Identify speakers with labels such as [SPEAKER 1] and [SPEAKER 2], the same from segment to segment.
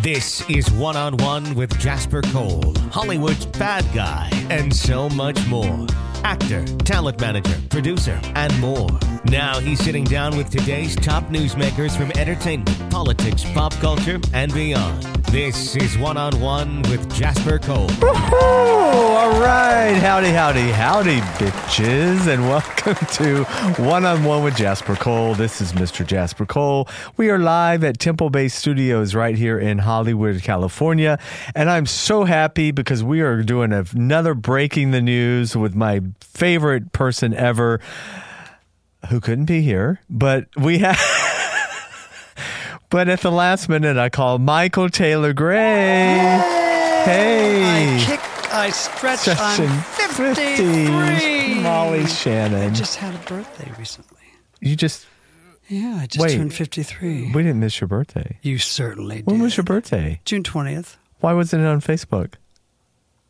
[SPEAKER 1] This is One on One with Jasper Cole, Hollywood's bad guy, and so much more. Actor, talent manager, producer, and more. Now he's sitting down with today's top newsmakers from entertainment, politics, pop culture, and beyond. This is One on One with Jasper Cole.
[SPEAKER 2] Woohoo! All right, howdy, howdy, howdy, bitches, and welcome to One on One with Jasper Cole. This is Mr. Jasper Cole. We are live at Temple Bay Studios right here in Hollywood, California, and I'm so happy because we are doing another breaking the news with my favorite person ever, who couldn't be here, but we have. But at the last minute, I call Michael Taylor Gray. Hey,
[SPEAKER 3] I kick, I stretch,
[SPEAKER 2] Session
[SPEAKER 3] I'm 53.
[SPEAKER 2] Molly Shannon.
[SPEAKER 3] I just had a birthday recently.
[SPEAKER 2] you just
[SPEAKER 3] Yeah, I just
[SPEAKER 2] Wait.
[SPEAKER 3] turned 53.
[SPEAKER 2] we didn't miss your birthday.
[SPEAKER 3] You certainly did.
[SPEAKER 2] When was your birthday?
[SPEAKER 3] June 20th.
[SPEAKER 2] Why wasn't it on Facebook?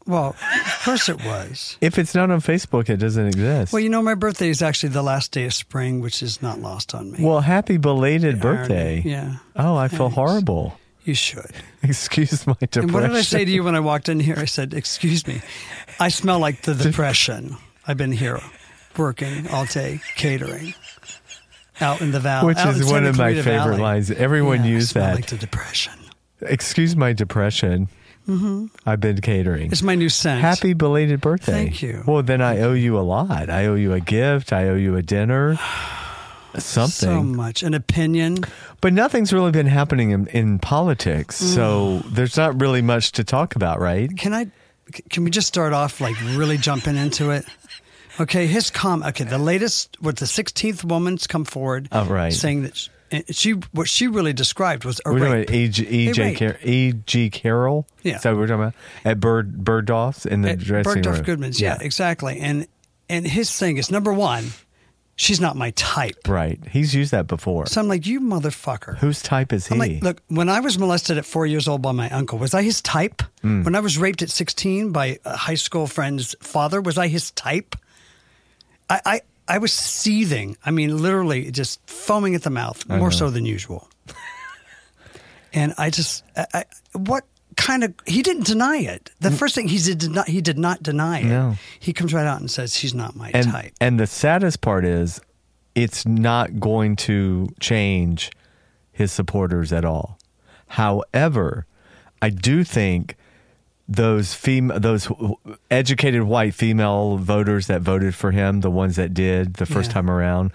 [SPEAKER 3] Well, of course it was.
[SPEAKER 2] If it's not on Facebook, it doesn't exist.
[SPEAKER 3] Well, you know, my birthday is actually the last day of spring, which is not lost on me.
[SPEAKER 2] Well, happy belated
[SPEAKER 3] Irony.
[SPEAKER 2] birthday.
[SPEAKER 3] Yeah.
[SPEAKER 2] Oh, I feel
[SPEAKER 3] Thanks.
[SPEAKER 2] horrible.
[SPEAKER 3] You should.
[SPEAKER 2] Excuse my depression.
[SPEAKER 3] And what did I say to you when I walked in here? I said, Excuse me, I smell like the depression. I've been here working all day, catering out in the valley.
[SPEAKER 2] Which
[SPEAKER 3] out in
[SPEAKER 2] is one
[SPEAKER 3] Santa
[SPEAKER 2] of my
[SPEAKER 3] Clarita
[SPEAKER 2] favorite
[SPEAKER 3] Valley.
[SPEAKER 2] lines. Everyone
[SPEAKER 3] Yeah, I
[SPEAKER 2] used
[SPEAKER 3] smell
[SPEAKER 2] that.
[SPEAKER 3] Like the depression.
[SPEAKER 2] Excuse my depression. I've been catering.
[SPEAKER 3] Mm-hmm. It's my new scent.
[SPEAKER 2] Happy belated birthday.
[SPEAKER 3] Thank you.
[SPEAKER 2] Well, then I owe you a lot. I owe you a gift. I owe you a dinner. Something.
[SPEAKER 3] So much. An opinion.
[SPEAKER 2] But nothing's really been happening in, in politics, so
[SPEAKER 3] Mm.
[SPEAKER 2] there's not really much to talk about, right?
[SPEAKER 3] Can I? c- Can we just start off like really jumping into it? Okay, his comment. Okay, the latest. What the sixteenth woman's come forward.
[SPEAKER 2] Oh, right.
[SPEAKER 3] Saying that sh- and she what she really described was a
[SPEAKER 2] We're talking
[SPEAKER 3] rape.
[SPEAKER 2] about E.G. E.J.
[SPEAKER 3] rape.
[SPEAKER 2] Car- E.G. Carroll.
[SPEAKER 3] Yeah.
[SPEAKER 2] So we're talking about at Bird Birdoff's in the
[SPEAKER 3] At
[SPEAKER 2] dressing
[SPEAKER 3] Bergdorf
[SPEAKER 2] room.
[SPEAKER 3] Goodman's. Yeah. exactly. And and his thing is number one. She's not my type.
[SPEAKER 2] Right. He's used that before.
[SPEAKER 3] So I'm like, you motherfucker.
[SPEAKER 2] Whose type is he?
[SPEAKER 3] I'm like, look, when I was molested at four years old by my uncle, was I his type?
[SPEAKER 2] Mm.
[SPEAKER 3] When I was raped at 16 by a high school friend's father, was I his type? I, I, I was seething. I mean, literally just foaming at the mouth, more so than usual. and I just, I, I, what kind of, he didn't deny it. The first thing he did not, he did not deny it.
[SPEAKER 2] Mm. No.
[SPEAKER 3] He comes right out and says, she's not my
[SPEAKER 2] and
[SPEAKER 3] type.
[SPEAKER 2] and the saddest part is, it's not going to change his supporters at all. However, I do think those fem- those educated white female voters that voted for him, the ones that did the first
[SPEAKER 3] Yeah.
[SPEAKER 2] time around,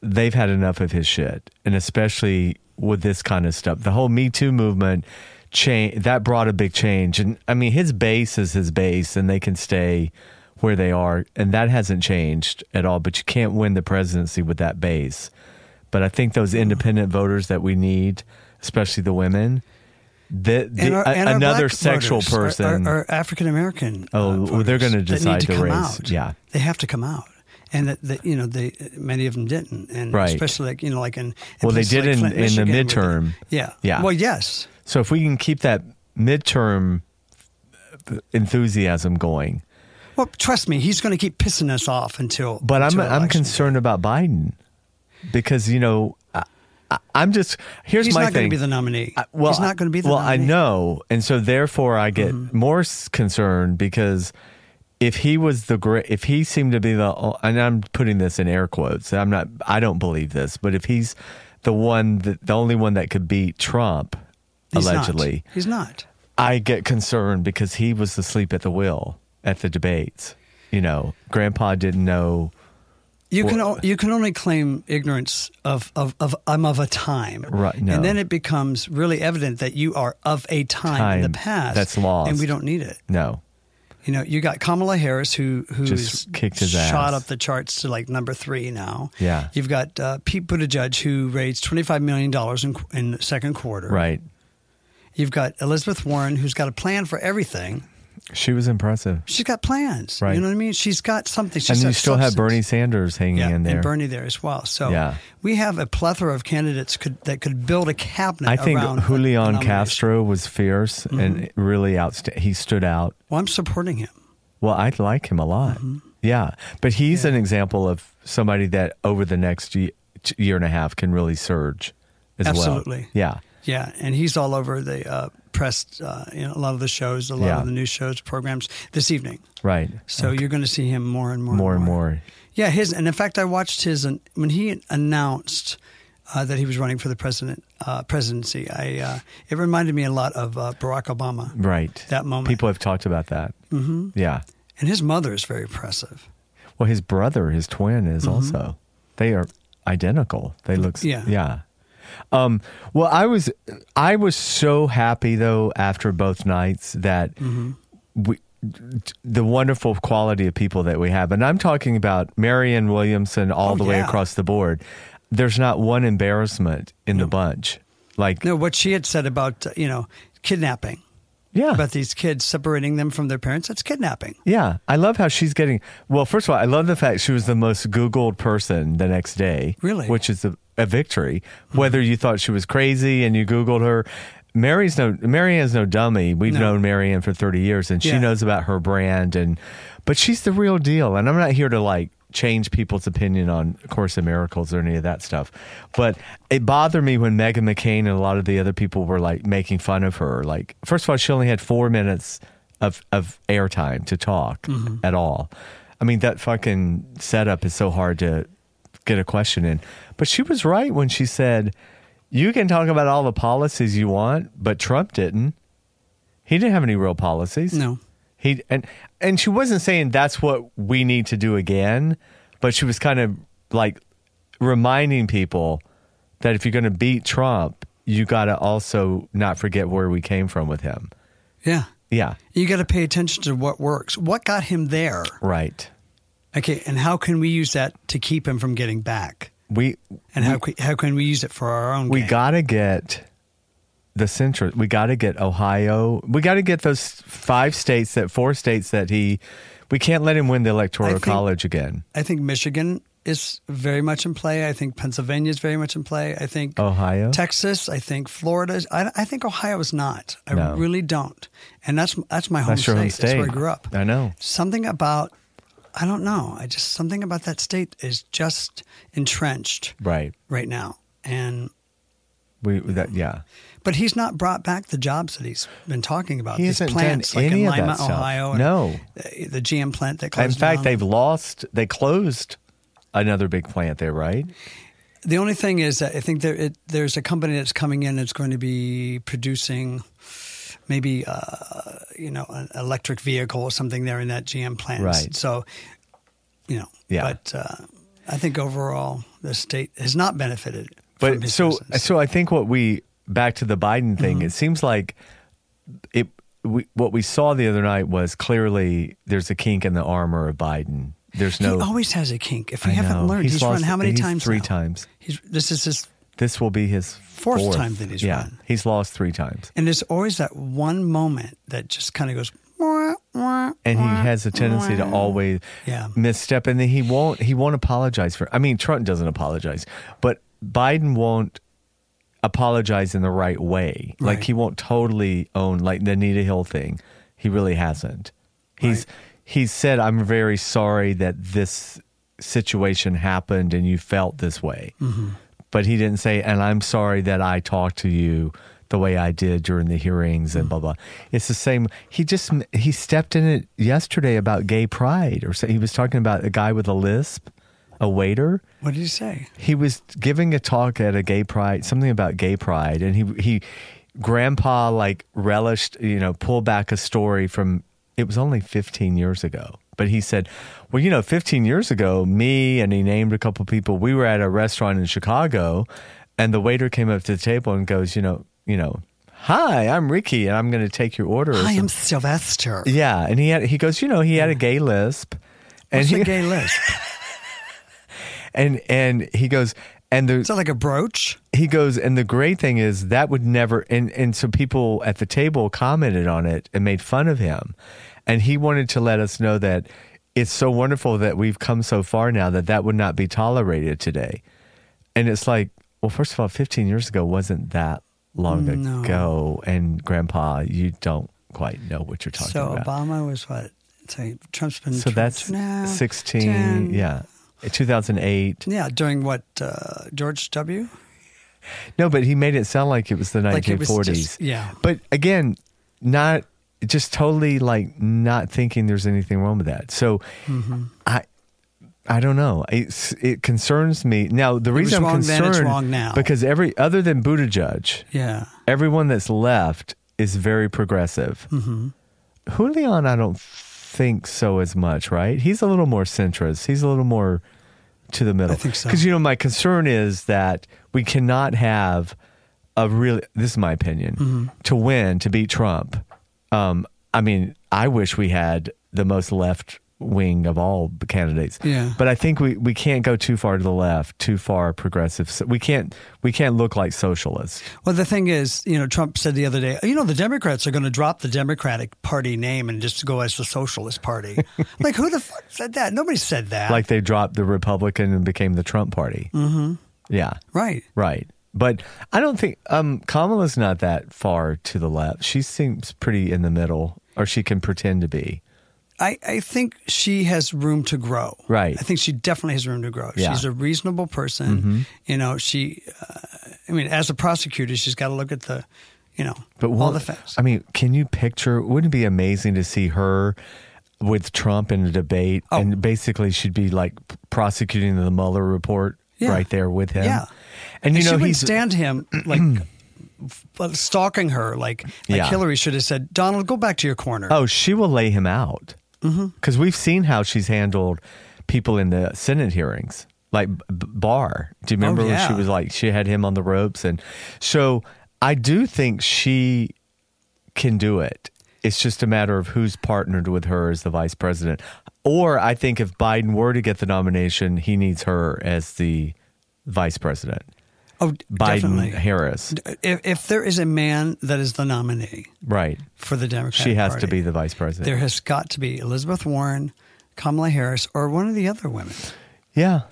[SPEAKER 2] they've had enough of his shit, and especially with this kind of stuff. The whole Me Too movement change that brought a big change, and I mean his base is his base, and they can stay where they are, and that hasn't changed at all. But you can't win the presidency with that base. But I think those independent voters that we need, especially the women. The, the,
[SPEAKER 3] And our-
[SPEAKER 2] a-
[SPEAKER 3] and our
[SPEAKER 2] another
[SPEAKER 3] black
[SPEAKER 2] sexual
[SPEAKER 3] voters, our-
[SPEAKER 2] person
[SPEAKER 3] our, our African American.
[SPEAKER 2] Oh,
[SPEAKER 3] uh,
[SPEAKER 2] well, they're gonna
[SPEAKER 3] voters that need
[SPEAKER 2] decide to
[SPEAKER 3] come
[SPEAKER 2] raise-
[SPEAKER 3] out.
[SPEAKER 2] yeah.
[SPEAKER 3] they have to come out, and that, that you know they many of them didn't, and
[SPEAKER 2] Right.
[SPEAKER 3] especially like you know like in, in
[SPEAKER 2] Well, they
[SPEAKER 3] places
[SPEAKER 2] did
[SPEAKER 3] like
[SPEAKER 2] in-
[SPEAKER 3] Flint,
[SPEAKER 2] in the
[SPEAKER 3] Michigan, where they-
[SPEAKER 2] midterm.
[SPEAKER 3] yeah,
[SPEAKER 2] Yeah.
[SPEAKER 3] Well, yes,
[SPEAKER 2] So if we can keep that midterm enthusiasm going,
[SPEAKER 3] well, trust me, he's going to keep pissing us off until.
[SPEAKER 2] but I'm
[SPEAKER 3] until
[SPEAKER 2] I'm
[SPEAKER 3] election.
[SPEAKER 2] concerned about Biden because you know I, I, I'm just here's
[SPEAKER 3] He's
[SPEAKER 2] my
[SPEAKER 3] not
[SPEAKER 2] thing.
[SPEAKER 3] going to be the nominee.
[SPEAKER 2] I- well,
[SPEAKER 3] he's not going to be the
[SPEAKER 2] well,
[SPEAKER 3] nominee. Mm-hmm.
[SPEAKER 2] I know, and so therefore I get more s- concerned because if he was the great, if he seemed to be the, uh, and I'm putting this in air quotes, I'm not, I don't believe this, but if he's the one, that, the only one that could beat Trump,
[SPEAKER 3] He's not.
[SPEAKER 2] allegedly,
[SPEAKER 3] he's not.
[SPEAKER 2] I get concerned because he was asleep at the wheel at the debates. You know, Grandpa didn't know.
[SPEAKER 3] You can o- you can only claim ignorance of of, of I'm of a time,
[SPEAKER 2] Right, no.
[SPEAKER 3] And then it becomes really evident that you are of a time, in the
[SPEAKER 2] Time.
[SPEAKER 3] past.
[SPEAKER 2] That's lost.
[SPEAKER 3] and we don't need it.
[SPEAKER 2] No,
[SPEAKER 3] You know, you got Kamala Harris who who's
[SPEAKER 2] kicked his
[SPEAKER 3] shot
[SPEAKER 2] ass.
[SPEAKER 3] up the charts to like number three now.
[SPEAKER 2] Yeah.
[SPEAKER 3] you've got uh, Pete Buttigieg who raised twenty five million dollars in qu- in the second quarter,
[SPEAKER 2] right?
[SPEAKER 3] You've got Elizabeth Warren, who's got a plan for everything.
[SPEAKER 2] She was impressive.
[SPEAKER 3] She's got plans.
[SPEAKER 2] Right.
[SPEAKER 3] You know what I mean? She's got something. She's
[SPEAKER 2] And
[SPEAKER 3] got
[SPEAKER 2] you still have
[SPEAKER 3] substance.
[SPEAKER 2] Bernie Sanders hanging
[SPEAKER 3] yeah,
[SPEAKER 2] in there.
[SPEAKER 3] and Bernie there as well. So
[SPEAKER 2] Yeah.
[SPEAKER 3] we have a plethora of candidates could, that could build a cabinet.
[SPEAKER 2] I think
[SPEAKER 3] around the Mm-hmm.
[SPEAKER 2] Julian
[SPEAKER 3] nomination.
[SPEAKER 2] Castro was fierce and really outsta- He stood out.
[SPEAKER 3] Well, I'm supporting him.
[SPEAKER 2] Well, I like him a lot.
[SPEAKER 3] Mm-hmm.
[SPEAKER 2] Yeah. But he's an example of somebody that over the next ye- t- year and a half can really surge as well.
[SPEAKER 3] Absolutely.
[SPEAKER 2] Yeah.
[SPEAKER 3] Yeah, and he's all over the uh, press. Uh, you know, a lot of the shows, a lot
[SPEAKER 2] Yeah.
[SPEAKER 3] of the news shows, programs this evening.
[SPEAKER 2] Right.
[SPEAKER 3] So you're going to see him more and more,
[SPEAKER 2] More and more.
[SPEAKER 3] Yeah, his and in fact, I watched his and when he announced uh, that he was running for the president uh, presidency. I uh, it reminded me a lot of uh, Barack Obama.
[SPEAKER 2] Right.
[SPEAKER 3] That moment.
[SPEAKER 2] People have talked about that. Mm-hmm. Yeah.
[SPEAKER 3] And his mother is very impressive.
[SPEAKER 2] Well, his brother, his twin, is also. They are identical. They look. s-
[SPEAKER 3] Mm-hmm. Yeah.
[SPEAKER 2] Yeah. Um, well, I was, I was so happy though after both nights that
[SPEAKER 3] Mm-hmm.
[SPEAKER 2] we, the wonderful quality of people that we have, and I'm talking about Marianne Williamson all
[SPEAKER 3] Oh,
[SPEAKER 2] the way
[SPEAKER 3] yeah.
[SPEAKER 2] across the board. There's not one embarrassment in the bunch. Like,
[SPEAKER 3] No, what she had said about uh, you know kidnapping,
[SPEAKER 2] yeah,
[SPEAKER 3] about these kids separating them from their parents. That's kidnapping.
[SPEAKER 2] yeah. I love how she's getting. Well, first of all, I love the fact she was the most Googled person the next day.
[SPEAKER 3] Really?
[SPEAKER 2] which is a, a victory. Whether you thought she was crazy and you Googled her, Mary's no Marianne's no dummy. We've
[SPEAKER 3] No.
[SPEAKER 2] known Marianne for thirty years, and she
[SPEAKER 3] Yeah.
[SPEAKER 2] knows about her brand. And but she's the real deal. And I'm not here to like change people's opinion on Course in Miracles or any of that stuff. But it bothered me when Megan McCain and a lot of the other people were like making fun of her. Like, first of all, she only had four minutes of of airtime to talk
[SPEAKER 3] Mm-hmm.
[SPEAKER 2] at all. I mean, that fucking setup is so hard to get a question in. But she was right when she said, You can talk about all the policies you want, but Trump didn't. He didn't have any real policies.
[SPEAKER 3] No.
[SPEAKER 2] He and and she wasn't saying that's what we need to do again, but she was kind of like reminding people that if you're going to beat Trump, you got to also not forget where we came from with him.
[SPEAKER 3] Yeah,
[SPEAKER 2] Yeah,
[SPEAKER 3] you got to pay attention to what works. What got him there?
[SPEAKER 2] right.
[SPEAKER 3] Okay, and how can we use that to keep him from getting back?
[SPEAKER 2] We
[SPEAKER 3] And how can, how can we use it for our own?
[SPEAKER 2] we
[SPEAKER 3] gain?
[SPEAKER 2] got to get the center. We got to get Ohio. We got to get those five states that four states that he. We can't let him win the electoral
[SPEAKER 3] think-
[SPEAKER 2] college again.
[SPEAKER 3] I think Michigan is very much in play. I think Pennsylvania is very much in play. I think
[SPEAKER 2] Ohio?
[SPEAKER 3] Texas. I think Florida. is- I, I think Ohio is not. I
[SPEAKER 2] No.
[SPEAKER 3] really don't. And that's that's my home
[SPEAKER 2] That's
[SPEAKER 3] state.
[SPEAKER 2] your home
[SPEAKER 3] That's where I
[SPEAKER 2] state.
[SPEAKER 3] grew up.
[SPEAKER 2] I know.
[SPEAKER 3] Something about I don't know. I just something about that state is just entrenched
[SPEAKER 2] Right.
[SPEAKER 3] right now. And
[SPEAKER 2] We that yeah.
[SPEAKER 3] but he's not brought back the jobs that he's been talking about.
[SPEAKER 2] He
[SPEAKER 3] These
[SPEAKER 2] hasn't done
[SPEAKER 3] plants like
[SPEAKER 2] any
[SPEAKER 3] in
[SPEAKER 2] of that
[SPEAKER 3] Lima,
[SPEAKER 2] stuff.
[SPEAKER 3] Ohio. and
[SPEAKER 2] No.
[SPEAKER 3] the- the GM plant that
[SPEAKER 2] In
[SPEAKER 3] closed.
[SPEAKER 2] fact,
[SPEAKER 3] down.
[SPEAKER 2] they've lost. They closed another big plant there, right?
[SPEAKER 3] The only thing is that I think there it, there's a company that's coming in that's going to be producing maybe uh, you know an electric vehicle or something there in that GM plant.
[SPEAKER 2] Right.
[SPEAKER 3] So you know,
[SPEAKER 2] Yeah.
[SPEAKER 3] But uh, I think overall the state has not benefited. from
[SPEAKER 2] But
[SPEAKER 3] his
[SPEAKER 2] so
[SPEAKER 3] presence.
[SPEAKER 2] so I think what we back to the Biden thing.
[SPEAKER 3] Mm-hmm.
[SPEAKER 2] It seems like it. We, what we saw the other night was clearly there's a kink in the armor of Biden. There's
[SPEAKER 3] he
[SPEAKER 2] no.
[SPEAKER 3] always has a kink. If
[SPEAKER 2] I
[SPEAKER 3] we haven't
[SPEAKER 2] know.
[SPEAKER 3] learned, he's, run
[SPEAKER 2] lost-
[SPEAKER 3] how many
[SPEAKER 2] he's
[SPEAKER 3] times?
[SPEAKER 2] Three
[SPEAKER 3] now?
[SPEAKER 2] times.
[SPEAKER 3] He's, this is his,
[SPEAKER 2] This will be his
[SPEAKER 3] Fourth
[SPEAKER 2] fourth,
[SPEAKER 3] time that he's
[SPEAKER 2] yeah,
[SPEAKER 3] run.
[SPEAKER 2] he's lost three times,
[SPEAKER 3] and there's always that one moment that just kind of goes. "Wah, wah,
[SPEAKER 2] and he
[SPEAKER 3] wah."
[SPEAKER 2] has a tendency to always
[SPEAKER 3] Yeah.
[SPEAKER 2] misstep, and then he won't. He won't apologize for. I mean, Trump doesn't apologize, but Biden won't apologize in the right way. Like
[SPEAKER 3] Right.
[SPEAKER 2] he won't totally own like the Anita Hill thing. He really hasn't. He's he said, "I'm very sorry that this situation happened and you felt this way," but he didn't say, "And I'm sorry that I talked to you." The way I did during the hearings and blah blah, it's the same. He just he stepped in it yesterday about gay pride, or so he was talking about a guy with a lisp, a waiter,
[SPEAKER 3] What did he say?
[SPEAKER 2] he was giving a talk at a gay pride, something about gay pride, and he he grandpa like relished, you know, pulled back a story from it was only 15 years ago. But he said, "Well, you know, 15 years ago, me and he named a couple people. We were at a restaurant in Chicago, and the waiter came up to the table and goes, you know, you know, hi, I'm Ricky, and I'm going to take your order." or
[SPEAKER 3] I
[SPEAKER 2] something."
[SPEAKER 3] am Sylvester.
[SPEAKER 2] yeah, and he had he goes, you know, he had a gay lisp, and
[SPEAKER 3] What's
[SPEAKER 2] he
[SPEAKER 3] the gay list?
[SPEAKER 2] and and he goes And the,
[SPEAKER 3] Is that like a brooch?
[SPEAKER 2] he goes, and the great thing is that would never. And, and so people at the table commented on it and made fun of him. And he wanted to let us know that it's so wonderful that we've come so far now that that would not be tolerated today. And it's like, well, first of all, 15 years ago wasn't that long
[SPEAKER 3] Mm,
[SPEAKER 2] ago. And Grandpa, you don't quite know what you're talking
[SPEAKER 3] So
[SPEAKER 2] about.
[SPEAKER 3] Obama was what? So Trump's been
[SPEAKER 2] So
[SPEAKER 3] tw-
[SPEAKER 2] that's
[SPEAKER 3] two now,
[SPEAKER 2] 16,
[SPEAKER 3] ten.
[SPEAKER 2] yeah. Eh, 2008.
[SPEAKER 3] Yeah, during what uh, George W.
[SPEAKER 2] No, but he made it sound like it was the 1940s.
[SPEAKER 3] Like it was just- yeah.
[SPEAKER 2] But again, not just totally like not thinking there's anything wrong with that. So
[SPEAKER 3] Mm-hmm.
[SPEAKER 2] I I don't know. It's, it concerns me. Now, the
[SPEAKER 3] was
[SPEAKER 2] reason I'm
[SPEAKER 3] wrong then,
[SPEAKER 2] concerned
[SPEAKER 3] it's wrong now.
[SPEAKER 2] because every other than Buttigieg,
[SPEAKER 3] Yeah,
[SPEAKER 2] everyone that's left is very progressive.
[SPEAKER 3] Mm-hmm.
[SPEAKER 2] Julian, I don't think so as much, right? He's a little more centrist. He's a little more to the middle.
[SPEAKER 3] I think so.
[SPEAKER 2] Because you know, my concern is that we cannot have a really. This is my opinion.
[SPEAKER 3] Mm-hmm.
[SPEAKER 2] To win, to beat Trump, um, I mean, I wish we had the most left wing of all the candidates.
[SPEAKER 3] Yeah.
[SPEAKER 2] But I think we, we can't go too far to the left, too far progressive. So we can't we can't look like socialists.
[SPEAKER 3] Well, the thing is, you know, Trump said the other day, you know, the Democrats are going to drop the Democratic Party name and just go as the Socialist Party. like, who the fuck said that? Nobody said that.
[SPEAKER 2] like they dropped the Republican and became the Trump party. Mm-hmm. Yeah,
[SPEAKER 3] right.
[SPEAKER 2] right. But I don't think um, Kamala's not that far to the left. She seems pretty in the middle, or she can pretend to be.
[SPEAKER 3] I, I think she has room to grow.
[SPEAKER 2] Right.
[SPEAKER 3] I think she definitely has room to grow.
[SPEAKER 2] Yeah. Mm-hmm.
[SPEAKER 3] She's a reasonable person. You know, she, uh, I mean, as a prosecutor, she's got to look at the, you know,
[SPEAKER 2] But
[SPEAKER 3] all
[SPEAKER 2] what-
[SPEAKER 3] the facts.
[SPEAKER 2] I mean, can you picture? Wouldn't it be amazing to see her with Trump in a debate,
[SPEAKER 3] Oh.
[SPEAKER 2] and basically she'd be like prosecuting the Mueller report
[SPEAKER 3] Yeah.
[SPEAKER 2] right there with him.
[SPEAKER 3] Yeah.
[SPEAKER 2] and you
[SPEAKER 3] And she
[SPEAKER 2] know
[SPEAKER 3] wouldn't
[SPEAKER 2] he's
[SPEAKER 3] stand him like f- stalking her, like, like
[SPEAKER 2] Yeah.
[SPEAKER 3] Hillary should have said, Donald, go back to your corner.
[SPEAKER 2] Oh, she will lay him out because
[SPEAKER 3] Mm-hmm.
[SPEAKER 2] we've seen how she's handled people in the Senate hearings, like B- Barr. Do you remember when she
[SPEAKER 3] Oh, yeah.
[SPEAKER 2] was like she had him on the ropes? And so I do think she can do it. It's just a matter of who's partnered with her as the vice president. Or I think if Biden were to get the nomination, he needs her as the vice president.
[SPEAKER 3] Oh,
[SPEAKER 2] Biden
[SPEAKER 3] definitely.
[SPEAKER 2] Harris,
[SPEAKER 3] If, if there is a man that is the nominee
[SPEAKER 2] right?
[SPEAKER 3] for the Democratic
[SPEAKER 2] She has to
[SPEAKER 3] Party,
[SPEAKER 2] be the vice president.
[SPEAKER 3] There has got to be Elizabeth Warren, Kamala Harris, or one of the other women.
[SPEAKER 2] yeah,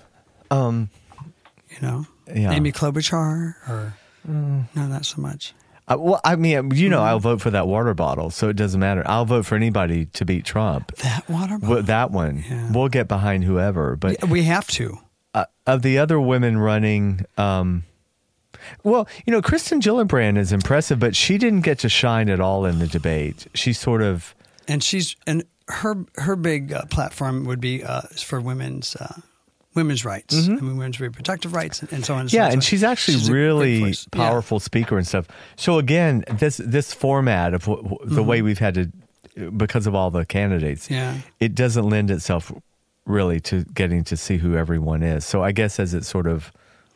[SPEAKER 3] You know,
[SPEAKER 2] Yeah.
[SPEAKER 3] Amy Klobuchar, or
[SPEAKER 2] Mm.
[SPEAKER 3] no, not so much.
[SPEAKER 2] Uh, well, I mean, you know, I'll
[SPEAKER 3] Mm-hmm.
[SPEAKER 2] vote for that water bottle, so it doesn't matter. I'll vote for anybody to beat Trump.
[SPEAKER 3] That water bottle.
[SPEAKER 2] Well, that one,
[SPEAKER 3] Yeah.
[SPEAKER 2] we'll get behind whoever. But
[SPEAKER 3] we have to.
[SPEAKER 2] uh, of the other women running, um, well, you know, Kristen Gillibrand is impressive, but she didn't get to shine at all in the debate. She sort of,
[SPEAKER 3] And she's and her her big uh, platform would be uh, for women's. Uh, Women's rights, I mean, women's reproductive rights, and, and so on. And so
[SPEAKER 2] Mm-hmm. yeah,
[SPEAKER 3] on.
[SPEAKER 2] and she's actually
[SPEAKER 3] She's a great
[SPEAKER 2] really
[SPEAKER 3] voice. Yeah.
[SPEAKER 2] powerful speaker and stuff. So again, this this format of wh- wh- the way we've had to, because of all the candidates,
[SPEAKER 3] Mm-hmm. Yeah.
[SPEAKER 2] it doesn't lend itself really to getting to see who everyone is. So I guess as it sort of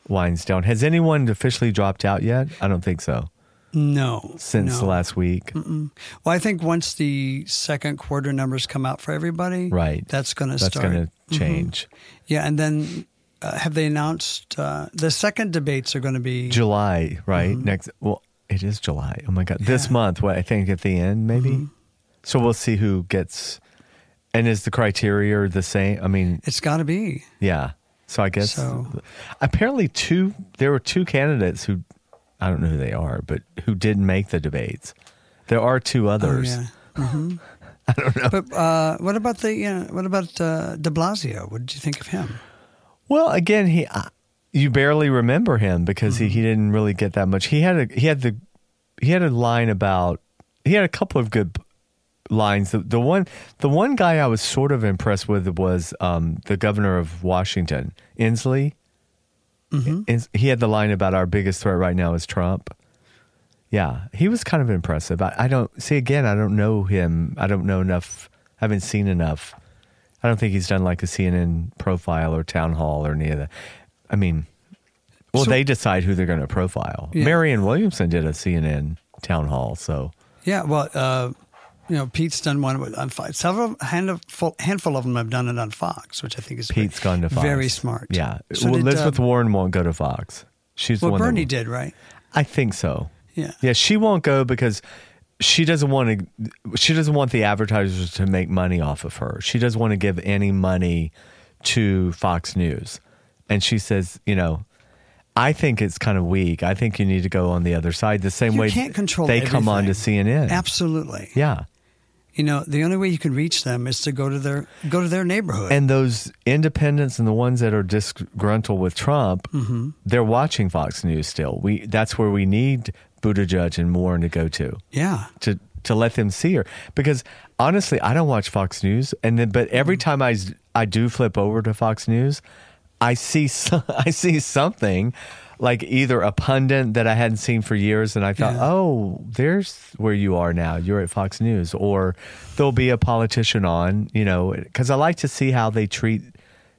[SPEAKER 2] winds down, has anyone officially dropped out yet? I don't think so.
[SPEAKER 3] No,
[SPEAKER 2] Since
[SPEAKER 3] no.
[SPEAKER 2] last week,
[SPEAKER 3] Well, I think once the second quarter numbers come out for everybody,
[SPEAKER 2] right?
[SPEAKER 3] That's going to
[SPEAKER 2] that's
[SPEAKER 3] start. Mm-hmm.
[SPEAKER 2] going to change.
[SPEAKER 3] Yeah, and then uh, have they announced uh, the second debates are going to be?
[SPEAKER 2] July, right?
[SPEAKER 3] Mm-hmm.
[SPEAKER 2] Next, well, it is July. Oh my God, this month. What I think at the end, maybe.
[SPEAKER 3] Mm-hmm.
[SPEAKER 2] So we'll see who gets. And is the criteria the same? I mean,
[SPEAKER 3] It's got to be.
[SPEAKER 2] yeah. So I guess
[SPEAKER 3] So-
[SPEAKER 2] apparently two there were two candidates who I don't know who they are, but who didn't make the debates. There are two others.
[SPEAKER 3] Oh, yeah. I don't know. But uh, what about the? You know, what about uh, De Blasio? What did you think of him?
[SPEAKER 2] Well, again, he I, you barely remember him because he, he didn't really get that much. He had a he had the he had a line about he had a couple of good lines. The, the one the one guy I was sort of impressed with was um, the governor of Washington, Inslee. Ins- he had the line about our biggest threat right now is Trump. Yeah, he was kind of impressive. I, I don't see again. I don't know him. I don't know enough. I haven't seen enough. I don't think he's done like a CNN profile or town hall or any of that. I mean, well,
[SPEAKER 3] So-
[SPEAKER 2] they decide who they're going to profile.
[SPEAKER 3] Yeah.
[SPEAKER 2] Marianne Williamson did a CNN town hall, so
[SPEAKER 3] Yeah. Well, uh, You know, Pete's done one with- on Fox. Several handful handful of them have done it on Fox, which I think is
[SPEAKER 2] Pete's gone to Fox.
[SPEAKER 3] Very smart.
[SPEAKER 2] Yeah.
[SPEAKER 3] So
[SPEAKER 2] well,
[SPEAKER 3] did,
[SPEAKER 2] Elizabeth
[SPEAKER 3] uh,
[SPEAKER 2] Warren won't go to Fox. She's the
[SPEAKER 3] well,
[SPEAKER 2] one that
[SPEAKER 3] Bernie
[SPEAKER 2] won't.
[SPEAKER 3] did right.
[SPEAKER 2] I think so.
[SPEAKER 3] Yeah.
[SPEAKER 2] Yeah, she won't go because she doesn't want to. She doesn't want the advertisers to make money off of her. She doesn't want to give any money to Fox News, and she says, you know. I think it's kind of weak. I think you need to go on the other side. The same
[SPEAKER 3] You
[SPEAKER 2] way
[SPEAKER 3] can't control.
[SPEAKER 2] they come on to
[SPEAKER 3] everything.
[SPEAKER 2] CNN.
[SPEAKER 3] Absolutely.
[SPEAKER 2] Yeah.
[SPEAKER 3] You know, the only way you can reach them is to go to their go to their neighborhood.
[SPEAKER 2] And those independents and the ones that are disgruntled with Trump,
[SPEAKER 3] Mm-hmm.
[SPEAKER 2] they're watching Fox News still. We that's where we need Buttigieg and Warren to go to.
[SPEAKER 3] yeah.
[SPEAKER 2] to to let them see her because honestly i don't watch fox news and then but
[SPEAKER 3] Mm.
[SPEAKER 2] every time i s- i do flip over to fox news i see so, i see something like either a pundit that i hadn't seen for years and i thought
[SPEAKER 3] Yeah.
[SPEAKER 2] oh there's where you are now you're at fox news or there'll be a politician on you know cuz i like to see how they treat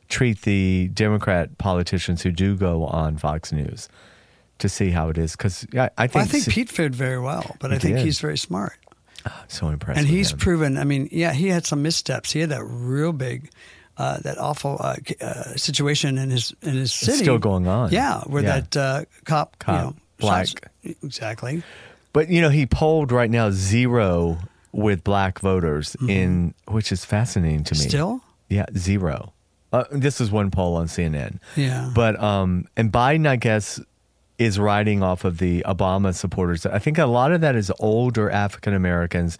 [SPEAKER 2] treat the democrat politicians who do go on fox news to see how it is cuz I, I think
[SPEAKER 3] Well, I think Pete fared very well, but I
[SPEAKER 2] He
[SPEAKER 3] think
[SPEAKER 2] did.
[SPEAKER 3] he's very smart.
[SPEAKER 2] so impressed
[SPEAKER 3] And
[SPEAKER 2] with
[SPEAKER 3] he's
[SPEAKER 2] him.
[SPEAKER 3] proven, I mean, yeah, he had some missteps. He had that real big, uh, that awful uh, c- uh, situation in his in his city.
[SPEAKER 2] still going on.
[SPEAKER 3] Yeah, where
[SPEAKER 2] Yeah.
[SPEAKER 3] that uh, cop,
[SPEAKER 2] Cop,
[SPEAKER 3] you know,
[SPEAKER 2] black.
[SPEAKER 3] shots- exactly.
[SPEAKER 2] But you know, he polled right now zero with black voters in, which is fascinating to me.
[SPEAKER 3] Mm-hmm. Still?
[SPEAKER 2] yeah, zero. Uh, this is one poll on CNN.
[SPEAKER 3] Yeah.
[SPEAKER 2] but um, and Biden, I guess, is riding off of the Obama supporters. I think a lot of that is older African Americans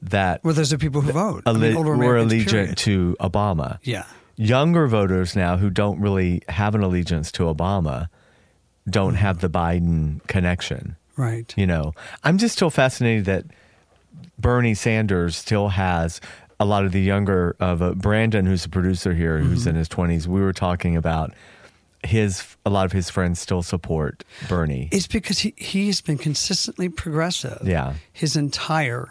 [SPEAKER 2] that
[SPEAKER 3] Well, those are people who vote. I mean,
[SPEAKER 2] alle-
[SPEAKER 3] older
[SPEAKER 2] were
[SPEAKER 3] Americans,
[SPEAKER 2] allegiant
[SPEAKER 3] period.
[SPEAKER 2] to Obama.
[SPEAKER 3] Yeah.
[SPEAKER 2] Younger voters now who don't really have an allegiance to Obama don't
[SPEAKER 3] Mm-hmm.
[SPEAKER 2] have the Biden connection.
[SPEAKER 3] Right.
[SPEAKER 2] You know, I'm just still fascinated that Bernie Sanders still has a lot of the younger of uh, Brandon, who's a producer here,
[SPEAKER 3] Mm-hmm.
[SPEAKER 2] who's in his 20s. We were talking about his a lot of his friends still support Bernie.
[SPEAKER 3] It's because he, he has been consistently progressive
[SPEAKER 2] Yeah.
[SPEAKER 3] his entire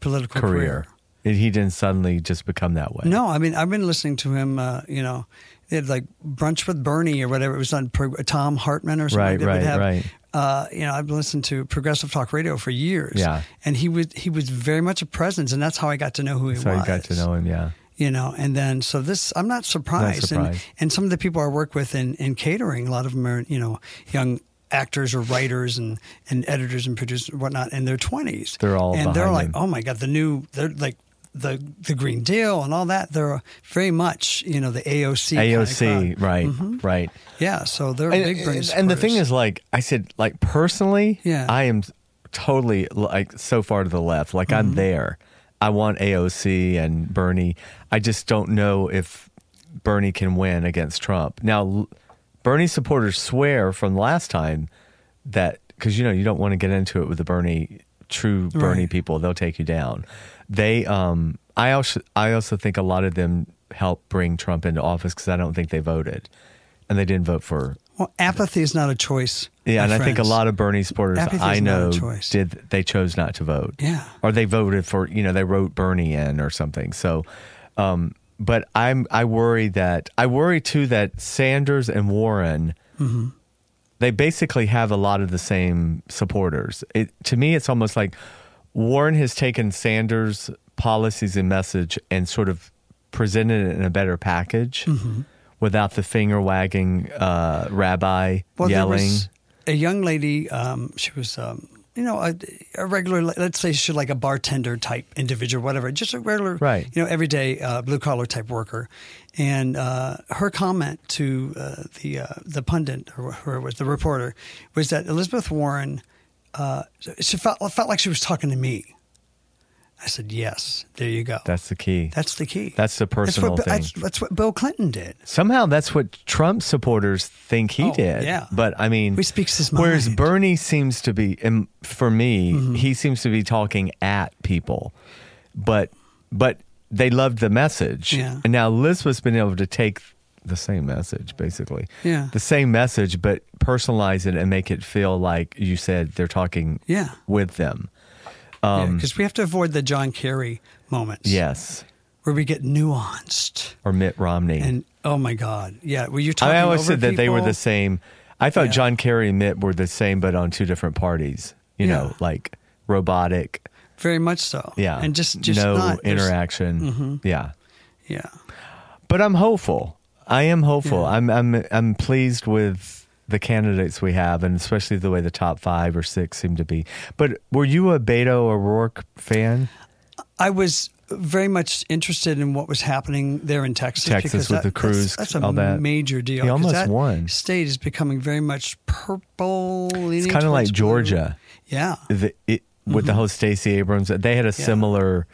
[SPEAKER 3] political
[SPEAKER 2] career.
[SPEAKER 3] career.
[SPEAKER 2] And he didn't suddenly just become that way.
[SPEAKER 3] No, I mean I've been listening to him. Uh, you know, they had like brunch with Bernie or whatever. It was on pro- uh, Tom Hartman or something.
[SPEAKER 2] Right,
[SPEAKER 3] they would
[SPEAKER 2] right,
[SPEAKER 3] have.
[SPEAKER 2] right.
[SPEAKER 3] Uh, you know, I've listened to progressive talk radio for years.
[SPEAKER 2] Yeah.
[SPEAKER 3] and he was he was very much a presence, and that's how I got to know who he
[SPEAKER 2] so
[SPEAKER 3] was.
[SPEAKER 2] I got to know him. Yeah,
[SPEAKER 3] You know, and then so this, I'm not surprised. And,
[SPEAKER 2] surprised.
[SPEAKER 3] and some of the people I work with in, in catering, a lot of them are you know young actors or writers and, and editors and producers and whatnot in their 20s.
[SPEAKER 2] They're all
[SPEAKER 3] and they're
[SPEAKER 2] behind
[SPEAKER 3] like,
[SPEAKER 2] him.
[SPEAKER 3] oh my god, the new they're like the the Green Deal and all that. They're very much you know the AOC. kinda Mm-hmm.
[SPEAKER 2] AOC.
[SPEAKER 3] crowd.
[SPEAKER 2] Right, right.
[SPEAKER 3] yeah. So they're big
[SPEAKER 2] and,
[SPEAKER 3] Bernie
[SPEAKER 2] and- and the thing
[SPEAKER 3] supporters.
[SPEAKER 2] is like i said like personally
[SPEAKER 3] Yeah.
[SPEAKER 2] i am totally like so far to the left like i'm
[SPEAKER 3] Mm-hmm.
[SPEAKER 2] there i want aoc and bernie i just don't know if bernie can win against trump now l- bernie supporters swear from last time that because you know you don't want to get into it with the bernie true bernie
[SPEAKER 3] Right.
[SPEAKER 2] people they'll take you down they um i also i also think a lot of them helped bring trump into office because i don't think they voted and they didn't vote for
[SPEAKER 3] well, apathy is not a choice.
[SPEAKER 2] yeah, and
[SPEAKER 3] my
[SPEAKER 2] I think a
[SPEAKER 3] friends.
[SPEAKER 2] lot of Bernie supporters
[SPEAKER 3] Apathy's
[SPEAKER 2] I
[SPEAKER 3] not a
[SPEAKER 2] know
[SPEAKER 3] choice.
[SPEAKER 2] did they chose not to vote.
[SPEAKER 3] Yeah.
[SPEAKER 2] Or they voted for, you know, they wrote Bernie in or something. So um but I'm I worry that I worry too that Sanders and Warren
[SPEAKER 3] Mm-hmm.
[SPEAKER 2] they basically have a lot of the same supporters. It, to me it's almost like Warren has taken Sanders policies and message and sort of presented it in a better package.
[SPEAKER 3] Mm-hmm.
[SPEAKER 2] Without the finger wagging, uh, rabbi
[SPEAKER 3] there
[SPEAKER 2] yelling.
[SPEAKER 3] was a young lady, um, she was, um, you know, a, a regular, let's say she's like a bartender type individual, whatever, just a regular,
[SPEAKER 2] Right.
[SPEAKER 3] you know, everyday uh, blue collar type worker. And uh, her comment to uh, the uh, the pundit, or whoever it was, the reporter, was that Elizabeth Warren, uh, she felt, felt like she was talking to me. I said, yes, there you go.
[SPEAKER 2] That's the key.
[SPEAKER 3] That's the key.
[SPEAKER 2] That's the personal
[SPEAKER 3] that's what,
[SPEAKER 2] thing.
[SPEAKER 3] That's, that's what Bill Clinton did.
[SPEAKER 2] Somehow that's what Trump supporters think he
[SPEAKER 3] Oh,
[SPEAKER 2] did.
[SPEAKER 3] yeah.
[SPEAKER 2] But I mean,
[SPEAKER 3] He speaks his
[SPEAKER 2] Whereas
[SPEAKER 3] mind. Mm-hmm.
[SPEAKER 2] Bernie seems to be, and for me, he seems to be talking at people. But but they loved the message.
[SPEAKER 3] Yeah.
[SPEAKER 2] And now Elizabeth's been able to take the same message, basically.
[SPEAKER 3] Yeah.
[SPEAKER 2] The same message, but personalize it and make it feel like you said they're talking
[SPEAKER 3] Yeah.
[SPEAKER 2] with them. Um,
[SPEAKER 3] Because we have to avoid the John Kerry moments.
[SPEAKER 2] Yes.
[SPEAKER 3] where we get nuanced.
[SPEAKER 2] Or Mitt Romney.
[SPEAKER 3] And oh my God, yeah. Well, you're talking.
[SPEAKER 2] I always
[SPEAKER 3] over
[SPEAKER 2] said that they were
[SPEAKER 3] people.
[SPEAKER 2] the same. I thought
[SPEAKER 3] Yeah.
[SPEAKER 2] John Kerry and Mitt were the same, but on two different parties. You
[SPEAKER 3] Yeah.
[SPEAKER 2] know, like robotic.
[SPEAKER 3] very much so.
[SPEAKER 2] Yeah.
[SPEAKER 3] and just just
[SPEAKER 2] no
[SPEAKER 3] not there's- Mm-hmm.
[SPEAKER 2] interaction. Yeah.
[SPEAKER 3] Yeah,
[SPEAKER 2] But I'm hopeful. I am hopeful. I'm I'm I'm pleased with the candidates we have and especially the way the top 5 or 6 seem to be. But were you a Beto O'Rourke fan?
[SPEAKER 3] I was very much interested in what was happening there in Texas.
[SPEAKER 2] Texas
[SPEAKER 3] because
[SPEAKER 2] with the
[SPEAKER 3] that's-
[SPEAKER 2] crews,
[SPEAKER 3] That's,
[SPEAKER 2] all
[SPEAKER 3] a
[SPEAKER 2] that.
[SPEAKER 3] major deal.
[SPEAKER 2] He
[SPEAKER 3] 'cause
[SPEAKER 2] almost
[SPEAKER 3] that
[SPEAKER 2] won.
[SPEAKER 3] State is becoming very much purple.
[SPEAKER 2] It's kind of like Georgia.
[SPEAKER 3] Yeah.
[SPEAKER 2] the, it, with the whole Stacey Abrams. They had a similar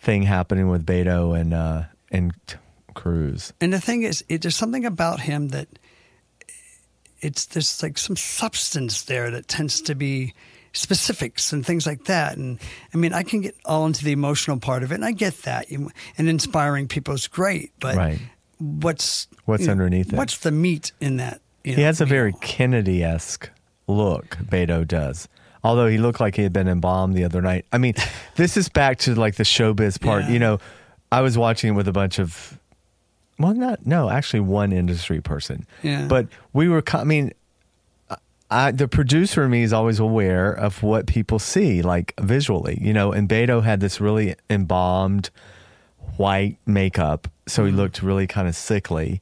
[SPEAKER 2] thing happening with Beto and uh, and t- Cruz.
[SPEAKER 3] And the thing is, it, there's something about him that it's there's like some substance there that tends to be specifics and things like that. And I mean, I can get all into the emotional part of it, and I get that. You- And inspiring people is great, but
[SPEAKER 2] Right.
[SPEAKER 3] what's
[SPEAKER 2] What's
[SPEAKER 3] you know,
[SPEAKER 2] underneath it?
[SPEAKER 3] What's the meat in that? you
[SPEAKER 2] He
[SPEAKER 3] know,
[SPEAKER 2] has a very
[SPEAKER 3] meal?
[SPEAKER 2] Kennedy esque look. Beto does. Although he looked like he had been embalmed the other night. I mean, this is back to like the showbiz part.
[SPEAKER 3] Yeah.
[SPEAKER 2] You know, I was watching it with a bunch of, well, not no, actually one industry person.
[SPEAKER 3] Yeah.
[SPEAKER 2] But we were. co- I mean, I, the producer in me is always aware of what people see, like visually, you know. And Beto had this really embalmed white makeup, so
[SPEAKER 3] Mm-hmm.
[SPEAKER 2] he looked really kind of sickly.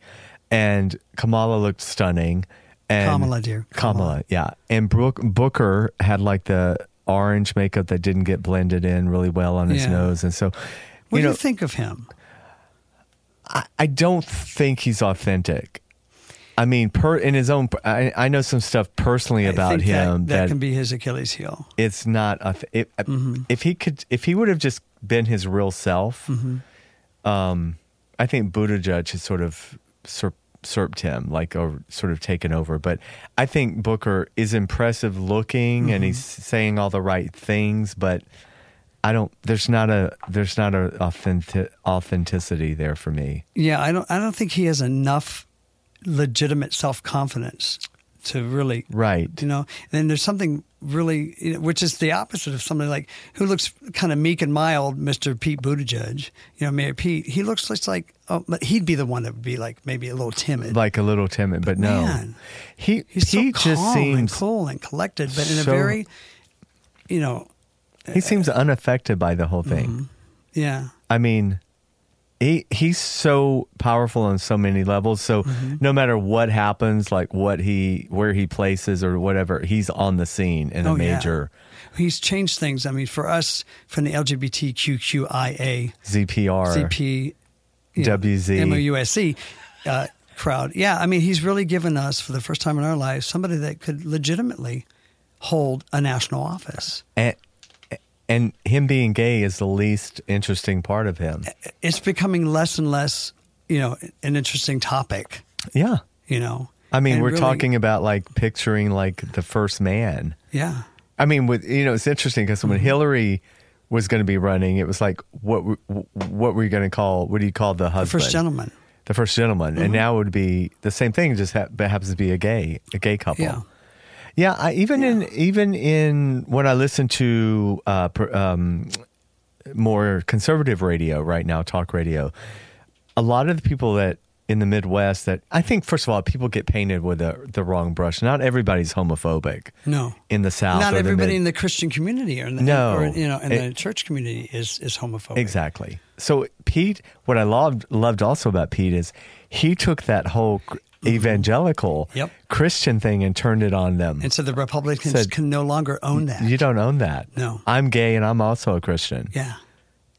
[SPEAKER 2] And Kamala looked stunning. And
[SPEAKER 3] Kamala, dear.
[SPEAKER 2] Kamala,
[SPEAKER 3] Kamala.
[SPEAKER 2] yeah. And Brook, Booker had like the orange makeup that didn't get blended in really well on his
[SPEAKER 3] Yeah.
[SPEAKER 2] nose, and so you
[SPEAKER 3] What do
[SPEAKER 2] know,
[SPEAKER 3] you think of him?
[SPEAKER 2] I don't think he's authentic. I mean, per in his own, I, I know some stuff personally
[SPEAKER 3] I
[SPEAKER 2] about
[SPEAKER 3] think that-
[SPEAKER 2] him
[SPEAKER 3] that, can be his Achilles heel.
[SPEAKER 2] it's not a th- it,
[SPEAKER 3] Mm-hmm.
[SPEAKER 2] if he could if he would have just been his real self
[SPEAKER 3] Mm-hmm.
[SPEAKER 2] um i think buttigieg has sort of sur- usurped him like or sort of taken over but i think booker is impressive looking
[SPEAKER 3] Mm-hmm.
[SPEAKER 2] and he's saying all the right things but i don't there's not a there's not a authentic authenticity there for me
[SPEAKER 3] Yeah, I don't. I don't think he has enough legitimate self confidence to really
[SPEAKER 2] right
[SPEAKER 3] you know then there's something really you know, which is the opposite of somebody like who looks kind of meek and mild mr pete buttigieg you know mayor pete he looks just like oh but he'd be the one that would be like maybe a little timid
[SPEAKER 2] like a little timid but no
[SPEAKER 3] man,
[SPEAKER 2] he
[SPEAKER 3] he's
[SPEAKER 2] he
[SPEAKER 3] so
[SPEAKER 2] just
[SPEAKER 3] calm and
[SPEAKER 2] seems
[SPEAKER 3] cool and collected but in a
[SPEAKER 2] so-
[SPEAKER 3] very you know
[SPEAKER 2] he seems unaffected by the whole thing
[SPEAKER 3] Mm-hmm. yeah
[SPEAKER 2] I mean, he he's so powerful on so many levels. So
[SPEAKER 3] Mm-hmm.
[SPEAKER 2] no matter what happens, like what he where he places or whatever, he's on the scene in a
[SPEAKER 3] Oh, yeah.
[SPEAKER 2] major
[SPEAKER 3] he's changed things i mean for us from the lgbtqqia
[SPEAKER 2] ZPR
[SPEAKER 3] CP,
[SPEAKER 2] WZ.
[SPEAKER 3] MOUSC uh, crowd. Yeah, I mean, he's really given us for the first time in our lives somebody that could legitimately hold a national office.
[SPEAKER 2] and and him being gay is the least interesting part of him.
[SPEAKER 3] It's becoming less and less, you know, an interesting topic.
[SPEAKER 2] Yeah.
[SPEAKER 3] You know,
[SPEAKER 2] I mean,
[SPEAKER 3] And
[SPEAKER 2] we're
[SPEAKER 3] really-
[SPEAKER 2] talking about like picturing like the first man.
[SPEAKER 3] Yeah,
[SPEAKER 2] I mean, with you know, it's interesting because
[SPEAKER 3] Mm-hmm.
[SPEAKER 2] when Hillary was going to be running, it was like what w- w- what were you going to call? What do you call the
[SPEAKER 3] the
[SPEAKER 2] husband?
[SPEAKER 3] first gentleman.
[SPEAKER 2] the first gentleman,
[SPEAKER 3] Mm-hmm.
[SPEAKER 2] and now it would be the same thing, just ha- but happens to be a gay, a gay couple.
[SPEAKER 3] Yeah.
[SPEAKER 2] Yeah, I, even in even in when I listen to uh, pr- um, more conservative radio right now, talk radio, a lot of the people that in the Midwest that I think first of all people get painted with the, the wrong brush. Not everybody's homophobic.
[SPEAKER 3] No.
[SPEAKER 2] in the South,
[SPEAKER 3] Not
[SPEAKER 2] or the
[SPEAKER 3] everybody
[SPEAKER 2] Mid-
[SPEAKER 3] in the Christian community or in the,
[SPEAKER 2] No.
[SPEAKER 3] or, you know, in
[SPEAKER 2] It-
[SPEAKER 3] the church community is, is homophobic.
[SPEAKER 2] Exactly. So Pete, what I loved loved also about Pete is he took that whole cr- evangelical
[SPEAKER 3] Mm-hmm. Yep.
[SPEAKER 2] Christian thing and turned it on them.
[SPEAKER 3] And so the Republicans
[SPEAKER 2] Said-
[SPEAKER 3] can no longer own that.
[SPEAKER 2] you don't own that.
[SPEAKER 3] No.
[SPEAKER 2] I'm gay and I'm also a Christian.
[SPEAKER 3] yeah.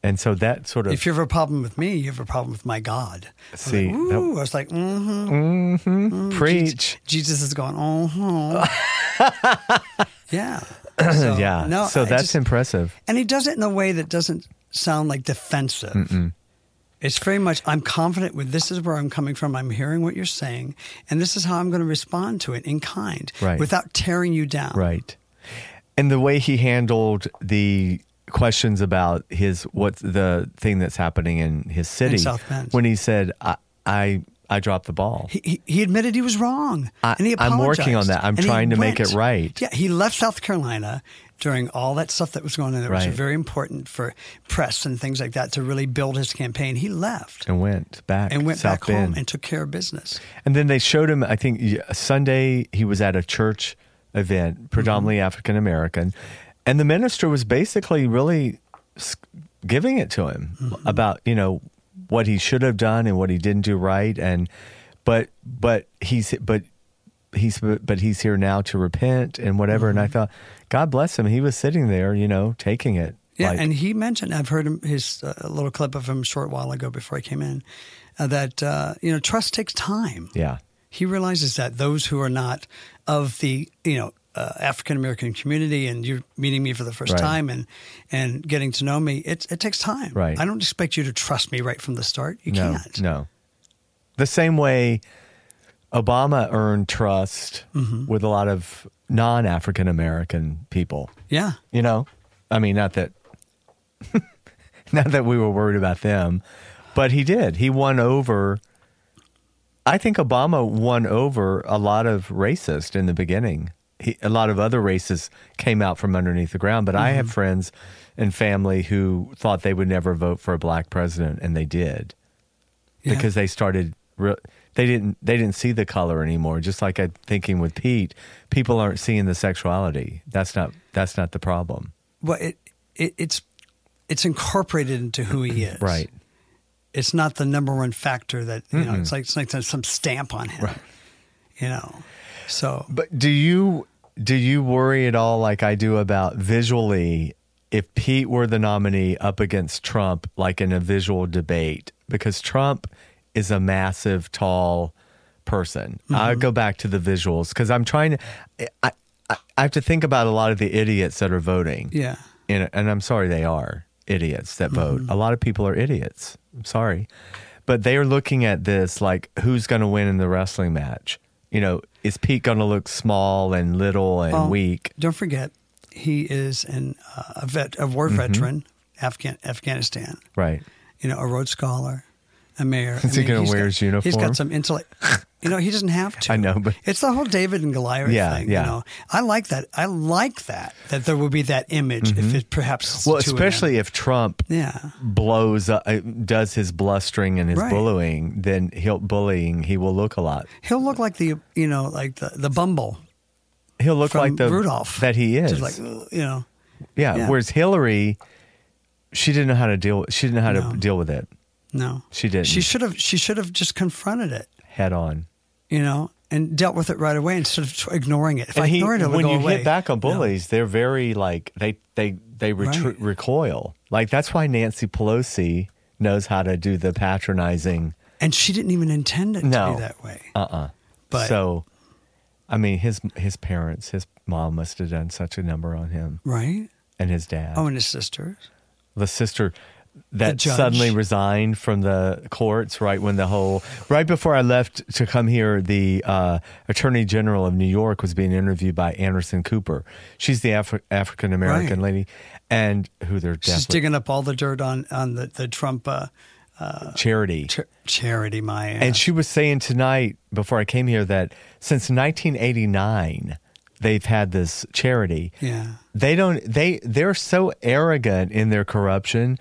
[SPEAKER 2] And so that sort of
[SPEAKER 3] If you have a problem with me, you have a problem with my God. I was
[SPEAKER 2] See,
[SPEAKER 3] like,
[SPEAKER 2] that-
[SPEAKER 3] ooh, I was like, mm-hmm.
[SPEAKER 2] preach.
[SPEAKER 3] Jesus is going, oh, yeah, So,
[SPEAKER 2] yeah. so
[SPEAKER 3] I
[SPEAKER 2] that's
[SPEAKER 3] just-
[SPEAKER 2] impressive.
[SPEAKER 3] and he does it in a way that doesn't sound like defensive. It's very much, I'm confident with this is where I'm coming from. I'm hearing what you're saying, and this is how I'm going to respond to it in kind,
[SPEAKER 2] Right.
[SPEAKER 3] without tearing you down.
[SPEAKER 2] Right. And the way he handled the questions about his what's the thing that's happening in his city
[SPEAKER 3] South Bend.
[SPEAKER 2] when he said I I I dropped the ball.
[SPEAKER 3] He- He, he admitted he was wrong,
[SPEAKER 2] I-
[SPEAKER 3] and he apologized.
[SPEAKER 2] I'm working on that. I'm
[SPEAKER 3] And he
[SPEAKER 2] trying to make
[SPEAKER 3] went.
[SPEAKER 2] it right.
[SPEAKER 3] Yeah, he left South Carolina during all that stuff that was going on. That
[SPEAKER 2] Right.
[SPEAKER 3] was very important for press and things like that to really build his campaign. He left
[SPEAKER 2] and went back
[SPEAKER 3] and went
[SPEAKER 2] South
[SPEAKER 3] back
[SPEAKER 2] Bend.
[SPEAKER 3] home and took care of business.
[SPEAKER 2] And then they showed him, I
[SPEAKER 3] Mm-hmm.
[SPEAKER 2] think y- Sunday, he was at a church event, predominantly African American. And the minister was basically really s- giving it to him
[SPEAKER 3] Mm-hmm.
[SPEAKER 2] about, you know, what he should have done and what he didn't do right. And, but, but he's, but he's, but he's here now to repent and whatever.
[SPEAKER 3] Mm-hmm.
[SPEAKER 2] And I thought, God bless him. He was sitting there, you know, taking it.
[SPEAKER 3] Yeah,
[SPEAKER 2] like,
[SPEAKER 3] and he mentioned I've heard him his uh, a little clip of him a short while ago before I came in uh, that uh, you know trust takes time.
[SPEAKER 2] yeah.
[SPEAKER 3] He realizes that those who are not of the you know uh, African American community and you're meeting me for the first
[SPEAKER 2] Right.
[SPEAKER 3] time and and getting to know me, it it takes time.
[SPEAKER 2] Right.
[SPEAKER 3] I don't expect you to trust me right from the start. You
[SPEAKER 2] no,
[SPEAKER 3] can't.
[SPEAKER 2] No. The same way Obama earned trust with a lot of non African American people.
[SPEAKER 3] Yeah.
[SPEAKER 2] You know? I mean not that not that we were worried about them, but he did. He won over I think Obama won over a lot of racists in the beginning. He, a lot of other races came out from underneath the ground, but I have friends and family who thought they would never vote for a black president, and they did
[SPEAKER 3] Yeah.
[SPEAKER 2] because they started re- they didn't they didn't see the color anymore just like i'm thinking with pete people aren't seeing the sexuality that's not that's not the problem
[SPEAKER 3] well, it, it it's it's incorporated into who he is.
[SPEAKER 2] right
[SPEAKER 3] It's not the number one factor that you know. It's like it's like some stamp on him. You know. So
[SPEAKER 2] but do you do you worry at all like i do about visually if pete were the nominee up against trump like in a visual debate because trump is a massive tall person i go back to the visuals because i'm trying to I, I i have to think about a lot of the idiots that are voting
[SPEAKER 3] yeah.
[SPEAKER 2] and, and I'm sorry they are idiots that vote.
[SPEAKER 3] Mm-hmm.
[SPEAKER 2] A lot of people are idiots. I'm sorry. But they are looking at this like who's going to win in the wrestling match? You know, is Pete going to look small and little and
[SPEAKER 3] Well,
[SPEAKER 2] weak?
[SPEAKER 3] Don't forget, he is an uh, a vet, a war
[SPEAKER 2] Mm-hmm.
[SPEAKER 3] veteran, Afghan Afghanistan.
[SPEAKER 2] Right.
[SPEAKER 3] You know, a Rhodes Scholar, a mayor.
[SPEAKER 2] Is he gonna
[SPEAKER 3] he's
[SPEAKER 2] wear
[SPEAKER 3] got-
[SPEAKER 2] his
[SPEAKER 3] He's
[SPEAKER 2] uniform?
[SPEAKER 3] got some intellect. You know, he doesn't have to.
[SPEAKER 2] I know, but-
[SPEAKER 3] it's the whole David and Goliath
[SPEAKER 2] Yeah,
[SPEAKER 3] thing.
[SPEAKER 2] yeah.
[SPEAKER 3] You know, I like that. I like that that there will be that image if it perhaps.
[SPEAKER 2] Mm-hmm. Well,
[SPEAKER 3] to an
[SPEAKER 2] especially
[SPEAKER 3] end.
[SPEAKER 2] if Trump
[SPEAKER 3] yeah.
[SPEAKER 2] blows up, uh, does his blustering and his
[SPEAKER 3] Right.
[SPEAKER 2] bullying, then he'll bullying, he will look a lot.
[SPEAKER 3] He'll look like the you know like the the Bumble
[SPEAKER 2] He'll look
[SPEAKER 3] from
[SPEAKER 2] like the
[SPEAKER 3] Rudolph
[SPEAKER 2] that he is.
[SPEAKER 3] Just like you know,
[SPEAKER 2] yeah.
[SPEAKER 3] yeah.
[SPEAKER 2] Whereas Hillary, she didn't know how to deal. She didn't know how
[SPEAKER 3] No.
[SPEAKER 2] to deal with it
[SPEAKER 3] no,
[SPEAKER 2] She didn't.
[SPEAKER 3] She should have. She should have just confronted it.
[SPEAKER 2] head on.
[SPEAKER 3] you know, and dealt with it right away instead of t- ignoring it. If I
[SPEAKER 2] he-
[SPEAKER 3] ignore it, it'll
[SPEAKER 2] when
[SPEAKER 3] go
[SPEAKER 2] you
[SPEAKER 3] away.
[SPEAKER 2] hit back on
[SPEAKER 3] No.
[SPEAKER 2] bullies, they're very like they they they retru-
[SPEAKER 3] Right.
[SPEAKER 2] recoil. Like that's why Nancy Pelosi knows how to do the patronizing.
[SPEAKER 3] and she didn't even intend it to
[SPEAKER 2] No.
[SPEAKER 3] be that way.
[SPEAKER 2] Uh uh
[SPEAKER 3] But-
[SPEAKER 2] so, I mean, his his parents, his mom must have done such a number on him,
[SPEAKER 3] right?
[SPEAKER 2] and his dad.
[SPEAKER 3] Oh, and his sisters.
[SPEAKER 2] the sister that
[SPEAKER 3] judge.
[SPEAKER 2] suddenly resigned from the courts right when the whole right before I left to come here the uh, attorney general of New York was being interviewed by Anderson Cooper she's the Afri- African American
[SPEAKER 3] Right.
[SPEAKER 2] lady and who they're
[SPEAKER 3] She's
[SPEAKER 2] definitely
[SPEAKER 3] digging up all the dirt on, on the, the Trump uh,
[SPEAKER 2] charity
[SPEAKER 3] cha- charity, my ass.
[SPEAKER 2] and she was saying tonight before I came here that since 1989 they've had this charity
[SPEAKER 3] yeah.
[SPEAKER 2] they don't they they're so arrogant in their corruption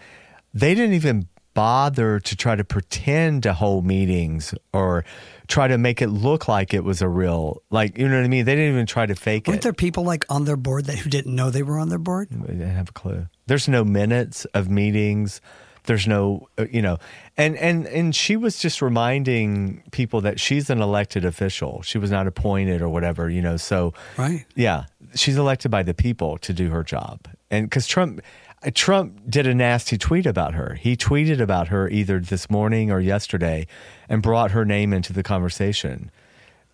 [SPEAKER 2] they didn't even bother to try to pretend to hold meetings or try to make it look like it was a real like you know what i mean they didn't even try to fake
[SPEAKER 3] Weren't
[SPEAKER 2] it
[SPEAKER 3] there people like on their board that who didn't know they were on their board?
[SPEAKER 2] they didn't have a clue there's no minutes of meetings there's no uh, you know and and and she was just reminding people that she's an elected official she was not appointed or whatever you know so
[SPEAKER 3] Right.
[SPEAKER 2] yeah, she's elected by the people to do her job, and because Trump, uh, Trump did a nasty tweet about her. He tweeted about her either this morning or yesterday, and brought her name into the conversation,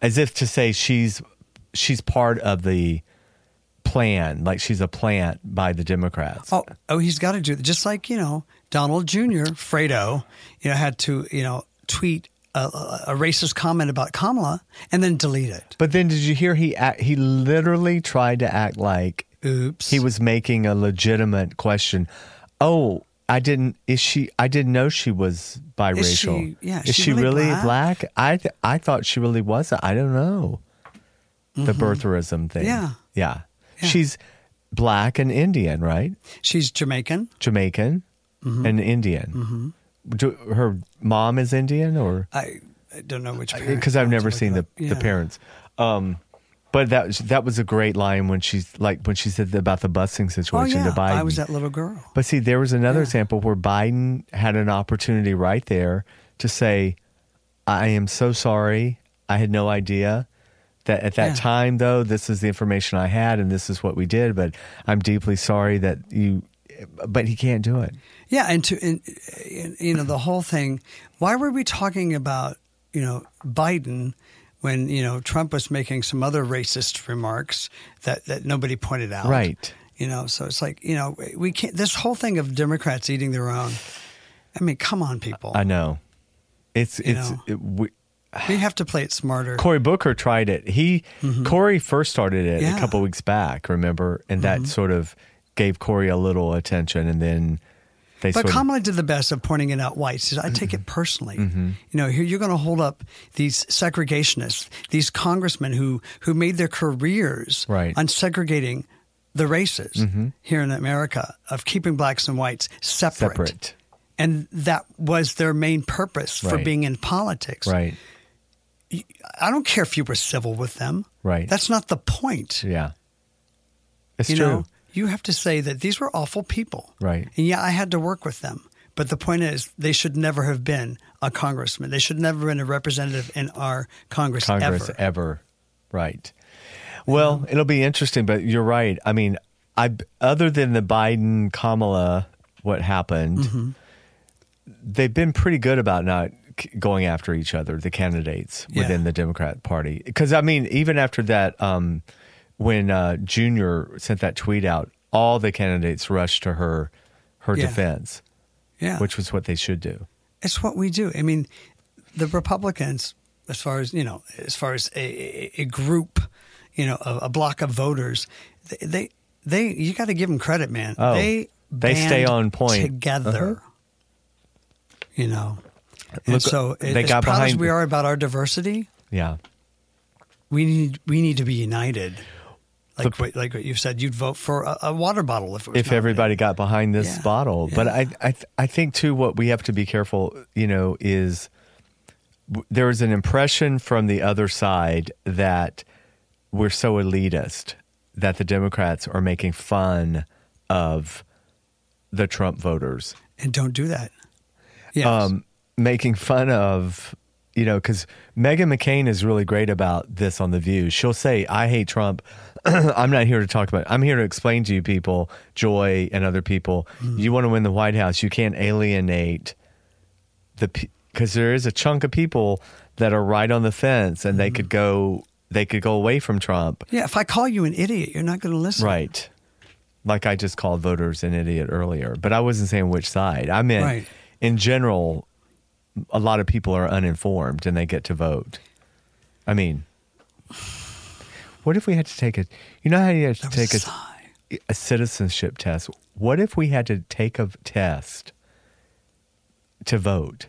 [SPEAKER 2] as if to say she's she's part of the plan, like she's a plant by the Democrats.
[SPEAKER 3] Oh, oh, he's got to do that. Just like you know, Donald Jr. Fredo, you know, had to you know tweet a, a- a racist comment about Kamala and then delete it.
[SPEAKER 2] But then, did you hear he act, he literally tried to act like
[SPEAKER 3] Oops.
[SPEAKER 2] he was making a legitimate question. Oh, I didn't. Is she? I didn't know she was biracial.
[SPEAKER 3] she- yeah,
[SPEAKER 2] Is,
[SPEAKER 3] is
[SPEAKER 2] she,
[SPEAKER 3] she
[SPEAKER 2] really,
[SPEAKER 3] really
[SPEAKER 2] black? I th- I thought she really wasn't. I don't know. The birtherism thing.
[SPEAKER 3] Mm-hmm. Yeah.
[SPEAKER 2] yeah. She's black and Indian, right?
[SPEAKER 3] She's Jamaican.
[SPEAKER 2] Jamaican
[SPEAKER 3] Mm-hmm.
[SPEAKER 2] and Indian. Do, her mom is Indian, or
[SPEAKER 3] I, I don't know which parent.
[SPEAKER 2] because I've
[SPEAKER 3] I'll have
[SPEAKER 2] never
[SPEAKER 3] to look
[SPEAKER 2] seen
[SPEAKER 3] it
[SPEAKER 2] the
[SPEAKER 3] up. Yeah.
[SPEAKER 2] the parents. Um, But that was- that was a great line when she's like when she said about the busing
[SPEAKER 3] Oh
[SPEAKER 2] situation
[SPEAKER 3] yeah,
[SPEAKER 2] to Biden.
[SPEAKER 3] I was that little girl.
[SPEAKER 2] But see, there was another example where Biden had an opportunity right there to say, I am so sorry. I had no idea that at that
[SPEAKER 3] Yeah.
[SPEAKER 2] time, though, this is the information I had and this is what we did. But I'm deeply sorry that you, but he can't do it.
[SPEAKER 3] Yeah, and to and, and, you know the whole thing. Why were we talking about you know Biden when you know Trump was making some other racist remarks that that nobody pointed out?
[SPEAKER 2] Right.
[SPEAKER 3] You know, so it's like you know we can't. This whole thing of Democrats eating their own. I mean, come on, people.
[SPEAKER 2] I know. It's,
[SPEAKER 3] You
[SPEAKER 2] it's,
[SPEAKER 3] know.
[SPEAKER 2] it, we,
[SPEAKER 3] we have to play it smarter.
[SPEAKER 2] Cory Booker tried it. He Cory first started it a
[SPEAKER 3] Mm-hmm. Yeah. Mm-hmm.
[SPEAKER 2] couple weeks back, remember, and that sort of gave Cory a little attention, and then they
[SPEAKER 3] But
[SPEAKER 2] sort of
[SPEAKER 3] Kamala did the best of pointing it out whites. She said, I take it personally.
[SPEAKER 2] Mm-hmm.
[SPEAKER 3] You know, here you're going to hold up these segregationists, these congressmen who who made their careers
[SPEAKER 2] Right. Mm-hmm.
[SPEAKER 3] on segregating the races here in America of keeping blacks and whites separate.
[SPEAKER 2] separate.
[SPEAKER 3] And that was their main purpose for
[SPEAKER 2] Right.
[SPEAKER 3] being in politics.
[SPEAKER 2] Right.
[SPEAKER 3] I don't care if you were civil with them.
[SPEAKER 2] Right.
[SPEAKER 3] That's not the point.
[SPEAKER 2] Yeah. It's
[SPEAKER 3] you
[SPEAKER 2] true.
[SPEAKER 3] know, you have to say that these were awful people.
[SPEAKER 2] Right.
[SPEAKER 3] And yeah, I had to work with them. But the point is, they should never have been a congressman. They should never have been a representative in our Congress,
[SPEAKER 2] Congress
[SPEAKER 3] ever.
[SPEAKER 2] ever. Right. Well, it'll be interesting, but you're right. I mean, I other than the Biden Kamala what happened,
[SPEAKER 3] Mm-hmm.
[SPEAKER 2] they've been pretty good about not c- going after each other, the candidates
[SPEAKER 3] Yeah.
[SPEAKER 2] within the Democrat Party. Because I mean, even after that, um, when uh, Junior sent that tweet out, all the candidates rushed to her her
[SPEAKER 3] Yeah.
[SPEAKER 2] defense,
[SPEAKER 3] Yeah.
[SPEAKER 2] e-, which was what they should do.
[SPEAKER 3] it's what we do. I mean, the Republicans, as far as you know, as far as a, a- a group, you know, a, a block of voters, they, they, they you got to give them credit, man.
[SPEAKER 2] Oh,
[SPEAKER 3] they
[SPEAKER 2] they stay
[SPEAKER 3] band
[SPEAKER 2] on point. Uh-huh.
[SPEAKER 3] together. You know, and
[SPEAKER 2] Look,
[SPEAKER 3] so
[SPEAKER 2] they
[SPEAKER 3] as
[SPEAKER 2] got
[SPEAKER 3] proud as
[SPEAKER 2] behind-
[SPEAKER 3] we are about our diversity,
[SPEAKER 2] Yeah.
[SPEAKER 3] we need we need to be united. Like what, like what you said, you'd vote for a, a water bottle if it was
[SPEAKER 2] if
[SPEAKER 3] not-
[SPEAKER 2] everybody got behind this
[SPEAKER 3] Yeah,
[SPEAKER 2] bottle. But I, I, th- I think too, what we have to be careful, you know, is w- there is an impression from the other side that we're so elitist that the Democrats are making fun of the Trump voters
[SPEAKER 3] and don't do that. Yes.
[SPEAKER 2] um, making fun of, you know, because Megan McCain is really great about this on The View. She'll say, I hate Trump. I'm not here to talk about it. I'm here to explain to you people, Joy and other people, you want to win the White House. You can't alienate the, because there is a chunk of people that are right on the fence and they could go, they could go away from Trump.
[SPEAKER 3] yeah, if I call you an idiot, you're not going to listen.
[SPEAKER 2] Right. Like I just called voters an idiot earlier, but I wasn't saying which side. I meant
[SPEAKER 3] Right.
[SPEAKER 2] in general, a lot of people are uninformed and they get to vote. I mean, what if we had to take a, you know how you had to
[SPEAKER 3] That was
[SPEAKER 2] take a,
[SPEAKER 3] a sigh.
[SPEAKER 2] a citizenship test? What if we had to take a test to vote?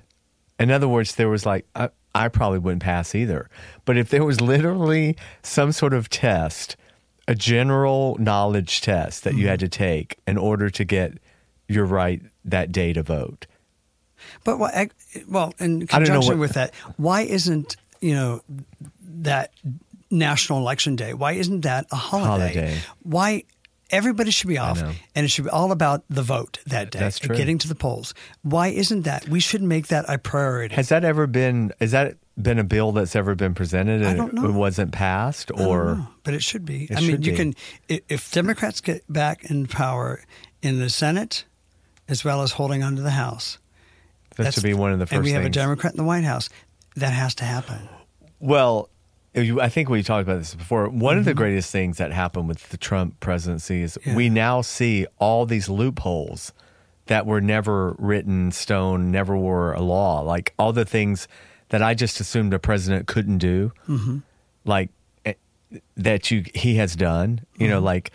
[SPEAKER 2] In other words, there was like, I, I probably wouldn't pass either. But if there was literally some sort of test, a general knowledge test
[SPEAKER 3] Mm-hmm.
[SPEAKER 2] that you had to take in order to get your right that day to vote.
[SPEAKER 3] But why, I- well, in
[SPEAKER 2] I don't know what-
[SPEAKER 3] conjunction with that, why isn't you know that National Election Day? Why isn't that a holiday?
[SPEAKER 2] Holiday.
[SPEAKER 3] Why everybody should be off,
[SPEAKER 2] know.
[SPEAKER 3] and it should be all about the vote that day.
[SPEAKER 2] That's true.
[SPEAKER 3] Getting to the polls. Why isn't that? We should make that a priority.
[SPEAKER 2] Has that ever been, has that been a bill that's ever been presented and
[SPEAKER 3] don't
[SPEAKER 2] it-
[SPEAKER 3] know.
[SPEAKER 2] it wasn't passed
[SPEAKER 3] I don't
[SPEAKER 2] or?
[SPEAKER 3] know, but it should be.
[SPEAKER 2] It
[SPEAKER 3] I mean,
[SPEAKER 2] should
[SPEAKER 3] you
[SPEAKER 2] be.
[SPEAKER 3] can i- if Democrats get back in power in the Senate, as well as holding on to the House.
[SPEAKER 2] That should be one of the first
[SPEAKER 3] And we have a
[SPEAKER 2] things.
[SPEAKER 3] Democrat in the White House. That has to happen.
[SPEAKER 2] Well, you, I think we talked about this before. One of the greatest things that happened with the Trump presidency is we now see all these loopholes that were never written in stone, never were a law. Like all the things that I just assumed a president couldn't do, like eh, that you he has done. You know, like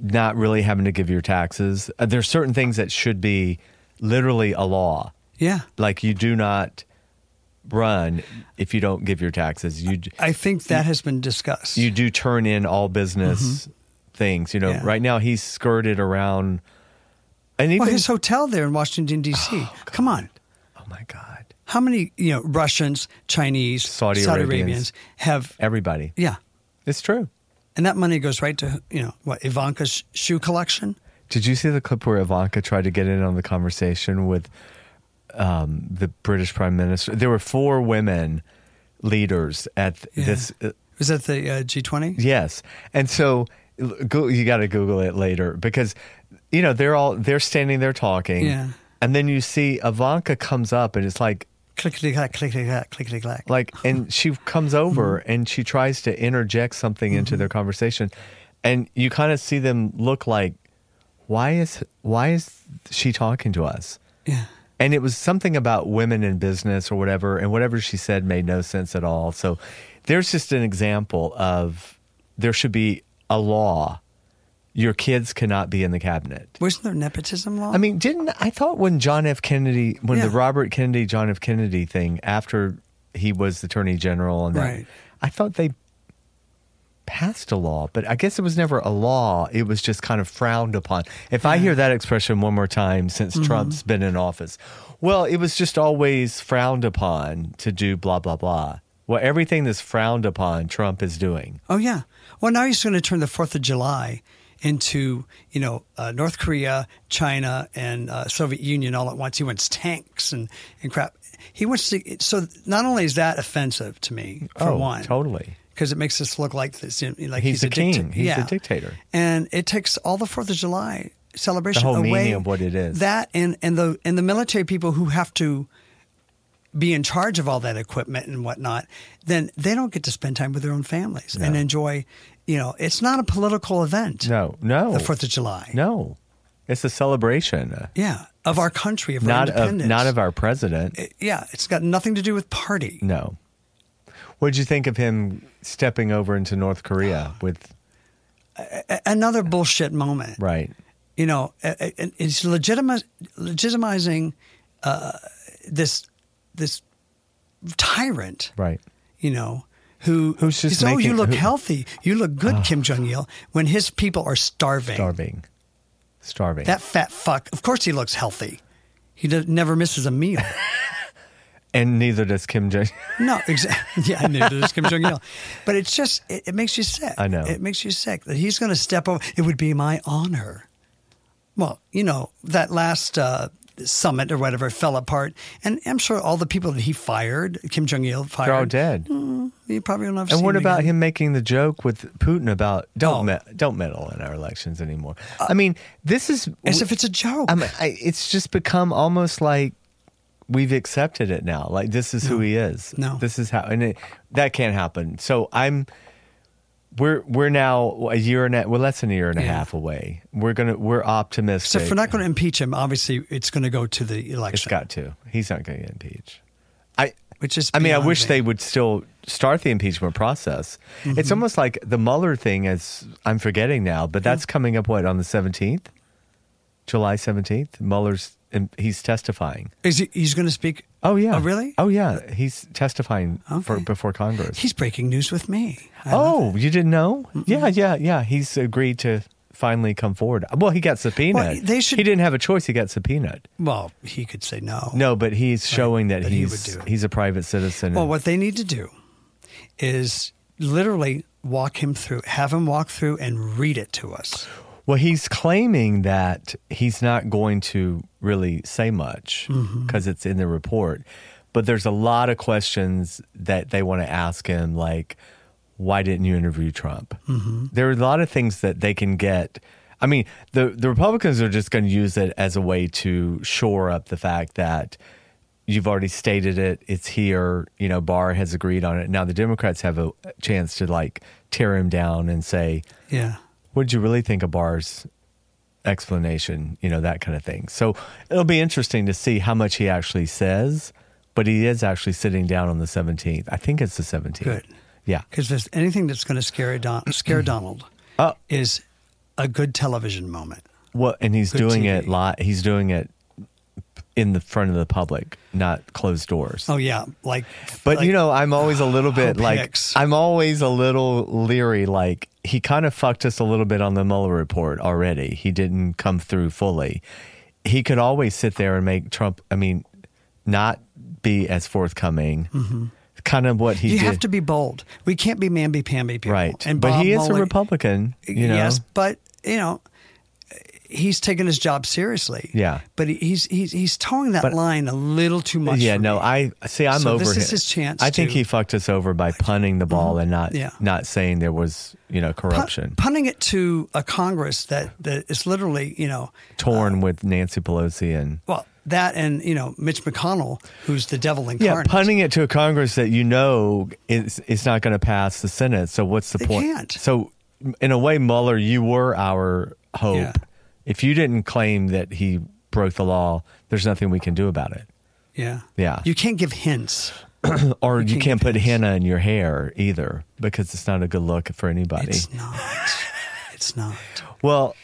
[SPEAKER 2] not really having to give your taxes. Uh, There's certain things that should be literally a law
[SPEAKER 3] Yeah.
[SPEAKER 2] like you do not run if you don't give your taxes you
[SPEAKER 3] I think that has been discussed.
[SPEAKER 2] you do turn in all business things you know
[SPEAKER 3] Yeah.
[SPEAKER 2] right now he's skirted around and even
[SPEAKER 3] well, his hotel there in Washington D.C. Come on,
[SPEAKER 2] oh my god
[SPEAKER 3] how many you know Russians, Chinese,
[SPEAKER 2] Saudi
[SPEAKER 3] Saudi,
[SPEAKER 2] Arabians.
[SPEAKER 3] Arabians. have?
[SPEAKER 2] everybody
[SPEAKER 3] Yeah,
[SPEAKER 2] it's true
[SPEAKER 3] and that money goes right to you know what Ivanka's shoe collection.
[SPEAKER 2] Did you see the clip where Ivanka tried to get in on the conversation with um, the British Prime Minister? There were four women leaders at this. Uh,
[SPEAKER 3] Was that the uh, G20?
[SPEAKER 2] yes, and so l- go, you got to Google it later because you know they're all they're standing there talking,
[SPEAKER 3] Yeah.
[SPEAKER 2] and then you see Ivanka comes up and it's like
[SPEAKER 3] Clickety clack, clickety clack, clickety clack.
[SPEAKER 2] like and she comes over and she tries to interject something into their conversation and you kind of see them look like why is why is she talking to us
[SPEAKER 3] yeah.
[SPEAKER 2] and it was something about women in business or whatever and whatever she said made no sense at all so there's just an example of there should be a law your kids cannot be in the cabinet
[SPEAKER 3] Wasn't there nepotism law?
[SPEAKER 2] I mean, didn't I thought when John F. Kennedy, when the
[SPEAKER 3] Yeah.
[SPEAKER 2] Robert Kennedy, John F. Kennedy thing after he was Attorney General and that,
[SPEAKER 3] Right.
[SPEAKER 2] I thought they passed a law, but I guess it was never a law. It was just kind of frowned upon. If I hear that expression one more time since
[SPEAKER 3] Mm-hmm.
[SPEAKER 2] Trump's been in office, well, it was just always frowned upon to do blah, blah, blah. Well, everything that's frowned upon, Trump is doing.
[SPEAKER 3] Oh yeah. Well, now he's going to turn the Fourth of July into you know uh, North Korea, China, and uh, Soviet Union all at once. He wants tanks and and crap. He wants to. So not only is that offensive to me for
[SPEAKER 2] Oh,
[SPEAKER 3] one,
[SPEAKER 2] totally.
[SPEAKER 3] because it makes us look like this. you know, Like
[SPEAKER 2] He's a
[SPEAKER 3] he's,
[SPEAKER 2] king.
[SPEAKER 3] dicta-
[SPEAKER 2] He's a
[SPEAKER 3] yeah.
[SPEAKER 2] dictator.
[SPEAKER 3] and it takes all the Fourth of July celebration
[SPEAKER 2] whole
[SPEAKER 3] away.
[SPEAKER 2] meaning of what it is.
[SPEAKER 3] That and and the and the military people who have to be in charge of all that equipment and whatnot, then they don't get to spend time with their own families and enjoy. You know, it's not a political event.
[SPEAKER 2] No, no.
[SPEAKER 3] the Fourth of July.
[SPEAKER 2] No. It's a celebration.
[SPEAKER 3] Yeah, of our country, of
[SPEAKER 2] Not
[SPEAKER 3] our
[SPEAKER 2] of,
[SPEAKER 3] independence.
[SPEAKER 2] not of our president.
[SPEAKER 3] yeah, it's got nothing to do with party.
[SPEAKER 2] No. What did you think of him stepping over into North Korea with
[SPEAKER 3] A- another bullshit moment.
[SPEAKER 2] right?
[SPEAKER 3] you know, a- a- and it's legitimiz- legitimizing uh, this this tyrant,
[SPEAKER 2] Right.
[SPEAKER 3] you know, who
[SPEAKER 2] Who's just
[SPEAKER 3] says, oh, you
[SPEAKER 2] making-
[SPEAKER 3] look
[SPEAKER 2] who- Ah.
[SPEAKER 3] healthy, you look good, Kim Jong Il, when his people are starving.
[SPEAKER 2] Starving. Starving.
[SPEAKER 3] That fat fuck. Of course, he looks healthy. He does, never misses a meal.
[SPEAKER 2] and neither does Kim Jong
[SPEAKER 3] No, exactly. Yeah, I knew it was Kim Jong Il, but it's just it, it makes you sick.
[SPEAKER 2] I know.
[SPEAKER 3] it makes you sick that he's going to step over. It would be my honor. Well, you know that last uh, summit or whatever fell apart, and I'm sure all the people that he fired, Kim Jong Il fired,
[SPEAKER 2] They're all dead.
[SPEAKER 3] You probably don't have.
[SPEAKER 2] And
[SPEAKER 3] seen
[SPEAKER 2] what about
[SPEAKER 3] again.
[SPEAKER 2] him making the joke with Putin about don't
[SPEAKER 3] Oh.
[SPEAKER 2] me- don't meddle in our elections anymore? I mean, this is
[SPEAKER 3] As if it's a joke.
[SPEAKER 2] I mean, I, it's just become almost like we've accepted it now. Like this is who he is.
[SPEAKER 3] No.
[SPEAKER 2] this is how, and it, that can't happen. So I'm, we're we're now a year and a, well less than a year and a
[SPEAKER 3] Yeah.
[SPEAKER 2] half away. We're gonna we're
[SPEAKER 3] so
[SPEAKER 2] optimistic.
[SPEAKER 3] if we're not going to impeach him, obviously it's going to go to the
[SPEAKER 2] it's
[SPEAKER 3] election,
[SPEAKER 2] got to. He's not going to get impeached. I.
[SPEAKER 3] which is.
[SPEAKER 2] I mean, I
[SPEAKER 3] beyond
[SPEAKER 2] wish
[SPEAKER 3] me.
[SPEAKER 2] they would still start the impeachment process.
[SPEAKER 3] Mm-hmm.
[SPEAKER 2] It's almost like the Mueller thing is I'm forgetting now, but that's coming up what on the 17th, July 17th. Mueller's im- he's testifying.
[SPEAKER 3] Is he, he's going to speak?
[SPEAKER 2] Oh yeah.
[SPEAKER 3] Oh really?
[SPEAKER 2] Oh yeah. He's testifying for,
[SPEAKER 3] Okay.
[SPEAKER 2] before Congress.
[SPEAKER 3] He's breaking news with me. I love
[SPEAKER 2] oh, you didn't know? Yeah, yeah, yeah. He's agreed to finally come forward. Well, he got subpoenaed.
[SPEAKER 3] Well, they should-
[SPEAKER 2] He didn't have a choice. He got subpoenaed.
[SPEAKER 3] Well, he could say no.
[SPEAKER 2] No, but he's showing that
[SPEAKER 3] But he would
[SPEAKER 2] he's
[SPEAKER 3] do it.
[SPEAKER 2] he's a private citizen.
[SPEAKER 3] Well, what they need to do is literally walk him through, have him walk through and read it to us.
[SPEAKER 2] Well, he's claiming that he's not going to really say much because it's in the report. But there's a lot of questions that they want to ask him, like, why didn't you interview Trump? There are a lot of things that they can get. I mean, the, the Republicans are just going to use it as a way to shore up the fact that you've already stated it, it's here, you know, Barr has agreed on it. Now the Democrats have a chance to like tear him down and say,
[SPEAKER 3] Yeah.
[SPEAKER 2] what did you really think of Barr's explanation? You know, that kind of thing. So it'll be interesting to see how much he actually says, but he is actually sitting down on the 17th. I think it's the 17th.
[SPEAKER 3] Good.
[SPEAKER 2] Yeah.
[SPEAKER 3] Because if there's anything that's going to scare, Don- scare Donald
[SPEAKER 2] Oh.
[SPEAKER 3] is a good television moment.
[SPEAKER 2] Well, and he's
[SPEAKER 3] Good
[SPEAKER 2] doing
[SPEAKER 3] TV.
[SPEAKER 2] it li He's doing it in the front of the public, not closed doors.
[SPEAKER 3] Oh, yeah. Like,
[SPEAKER 2] But
[SPEAKER 3] like-
[SPEAKER 2] you know, I'm always a little bit
[SPEAKER 3] Oh,
[SPEAKER 2] like
[SPEAKER 3] picks.
[SPEAKER 2] I'm always a little leery. Like he kind of fucked us a little bit on the Mueller report already. He didn't come through fully. He could always sit there and make Trump. I mean, not be as forthcoming. kind of what he
[SPEAKER 3] Mm-hmm. You
[SPEAKER 2] did.
[SPEAKER 3] have to be bold. We can't be mamby pamby people.
[SPEAKER 2] right.
[SPEAKER 3] And
[SPEAKER 2] but
[SPEAKER 3] Bob
[SPEAKER 2] he is
[SPEAKER 3] Mueller-
[SPEAKER 2] a Republican. You know?
[SPEAKER 3] Yes, but you know, he's taking his job seriously.
[SPEAKER 2] Yeah.
[SPEAKER 3] But he- he's he's he's towing that
[SPEAKER 2] But-
[SPEAKER 3] line a little too much.
[SPEAKER 2] Yeah,
[SPEAKER 3] for
[SPEAKER 2] no,
[SPEAKER 3] me.
[SPEAKER 2] I see. I'm
[SPEAKER 3] So
[SPEAKER 2] over
[SPEAKER 3] this
[SPEAKER 2] him.
[SPEAKER 3] is his chance
[SPEAKER 2] I think
[SPEAKER 3] to- Mm-hmm.
[SPEAKER 2] he fucked us over by punning the ball and not
[SPEAKER 3] Yeah.
[SPEAKER 2] not saying there was you know
[SPEAKER 3] Pun-
[SPEAKER 2] corruption.
[SPEAKER 3] punning it to a Congress that that is literally you know
[SPEAKER 2] torn with Nancy Pelosi and
[SPEAKER 3] well that and you know Mitch McConnell who's the devil
[SPEAKER 2] yeah,
[SPEAKER 3] incarnate.
[SPEAKER 2] punning it to a Congress that you know is it's not going to pass the Senate. So what's the
[SPEAKER 3] They
[SPEAKER 2] point?
[SPEAKER 3] can't.
[SPEAKER 2] So in a way, Mueller, you were our hope.
[SPEAKER 3] Yeah.
[SPEAKER 2] If you didn't claim that he broke the law, there's nothing we can do about it.
[SPEAKER 3] Yeah.
[SPEAKER 2] Yeah.
[SPEAKER 3] You can't give hints.
[SPEAKER 2] Or you,
[SPEAKER 3] can't
[SPEAKER 2] can't put
[SPEAKER 3] pass.
[SPEAKER 2] henna in your hair either because it's not a good look for anybody.
[SPEAKER 3] It's not. It's not.
[SPEAKER 2] Well,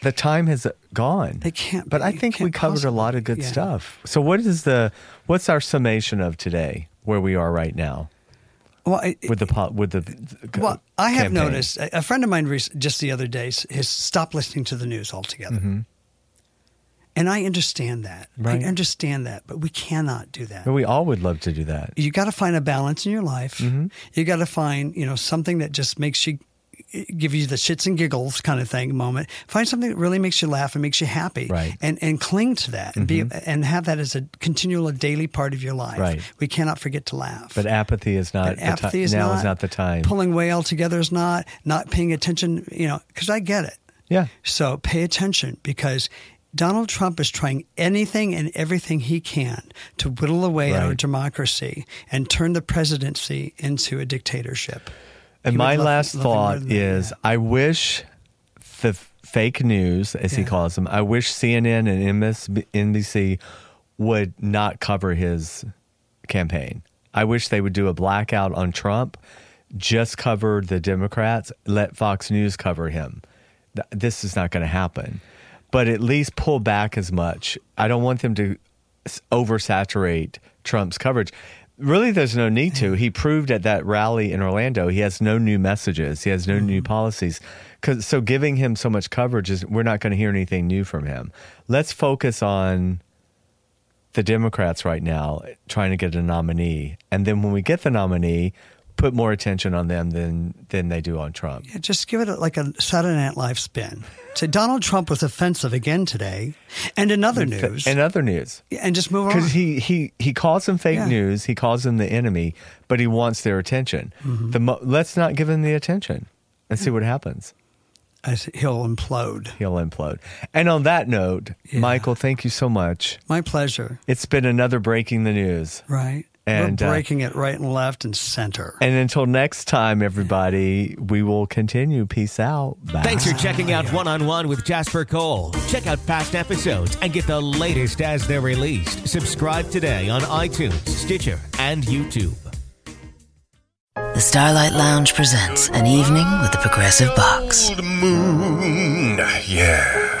[SPEAKER 2] the time has gone.
[SPEAKER 3] They can't
[SPEAKER 2] But
[SPEAKER 3] be-
[SPEAKER 2] I
[SPEAKER 3] you
[SPEAKER 2] think we
[SPEAKER 3] can't
[SPEAKER 2] covered a
[SPEAKER 3] possibly-
[SPEAKER 2] lot of good
[SPEAKER 3] yeah.
[SPEAKER 2] stuff. So what is the what's our summation of today? Where we are right now
[SPEAKER 3] Well, I,
[SPEAKER 2] with the po- with the
[SPEAKER 3] well, I have
[SPEAKER 2] campaign?
[SPEAKER 3] noticed a a friend of mine rec- just the other day s- has stopped listening to the news altogether. And I understand that.
[SPEAKER 2] Mm-hmm. Right.
[SPEAKER 3] I understand that, but we cannot do that.
[SPEAKER 2] But we all would love to do that.
[SPEAKER 3] you got to find a balance in your life.
[SPEAKER 2] Mm-hmm.
[SPEAKER 3] You got to find, you know, something that just makes you give you the shits and giggles kind of thing moment. Find something that really makes you laugh and makes you happy,
[SPEAKER 2] Right. Mm-hmm.
[SPEAKER 3] And and cling to that and be and have that as a continual daily part of your life.
[SPEAKER 2] Right.
[SPEAKER 3] We cannot forget to laugh.
[SPEAKER 2] But apathy is not.
[SPEAKER 3] But
[SPEAKER 2] the
[SPEAKER 3] apathy
[SPEAKER 2] ti-
[SPEAKER 3] is
[SPEAKER 2] now
[SPEAKER 3] not,
[SPEAKER 2] is not the time.
[SPEAKER 3] Pulling way altogether is not. Not paying attention, you know, because I get it.
[SPEAKER 2] yeah,
[SPEAKER 3] So pay attention because Donald Trump is trying anything and everything he can to whittle away at our
[SPEAKER 2] Right.
[SPEAKER 3] democracy and turn the presidency into a dictatorship.
[SPEAKER 2] And
[SPEAKER 3] You
[SPEAKER 2] my
[SPEAKER 3] would love-
[SPEAKER 2] last
[SPEAKER 3] love him more
[SPEAKER 2] thought
[SPEAKER 3] than that,
[SPEAKER 2] is I wish the f- fake news, as he
[SPEAKER 3] Yeah.
[SPEAKER 2] calls them, I wish CNN and MSNBC would not cover his campaign. I wish they would do a blackout on Trump, just cover the Democrats, let Fox News cover him. Th- This is not going to happen. But at least pull back as much. I don't want them to s- oversaturate Trump's coverage. Really, there's no need to. He proved at that rally in Orlando he has no new messages, he has no new policies. 'Cause- so giving him so much coverage is we're not going to hear anything new from him. Let's focus on the Democrats right now trying to get a nominee, and then when we get the nominee, put more attention on them than than they do on Trump.
[SPEAKER 3] Yeah, Just give it like a Saturday Night Live spin. So Donald Trump was offensive again today, and in other news,
[SPEAKER 2] And
[SPEAKER 3] and,
[SPEAKER 2] other news.
[SPEAKER 3] just move on.
[SPEAKER 2] because he he he calls them fake
[SPEAKER 3] Yeah.
[SPEAKER 2] news. He calls them the enemy, but he wants their attention. The mo- let's not give him the attention and see what happens.
[SPEAKER 3] I s- he'll implode.
[SPEAKER 2] He'll implode. And on that note, Michael, thank you so much.
[SPEAKER 3] My pleasure,
[SPEAKER 2] It's been another breaking the news.
[SPEAKER 3] right?
[SPEAKER 2] And, uh,
[SPEAKER 3] We're breaking it right and left and center.
[SPEAKER 2] And until next time, everybody, we will continue. Peace out. Bye.
[SPEAKER 1] Thanks for checking out One on One with Jasper Cole. Check out past episodes and get the latest as they're released. Subscribe today on iTunes, Stitcher, and YouTube.
[SPEAKER 4] The Starlight Lounge presents An Evening with the Progressive Box.
[SPEAKER 5] Old moon. Yeah.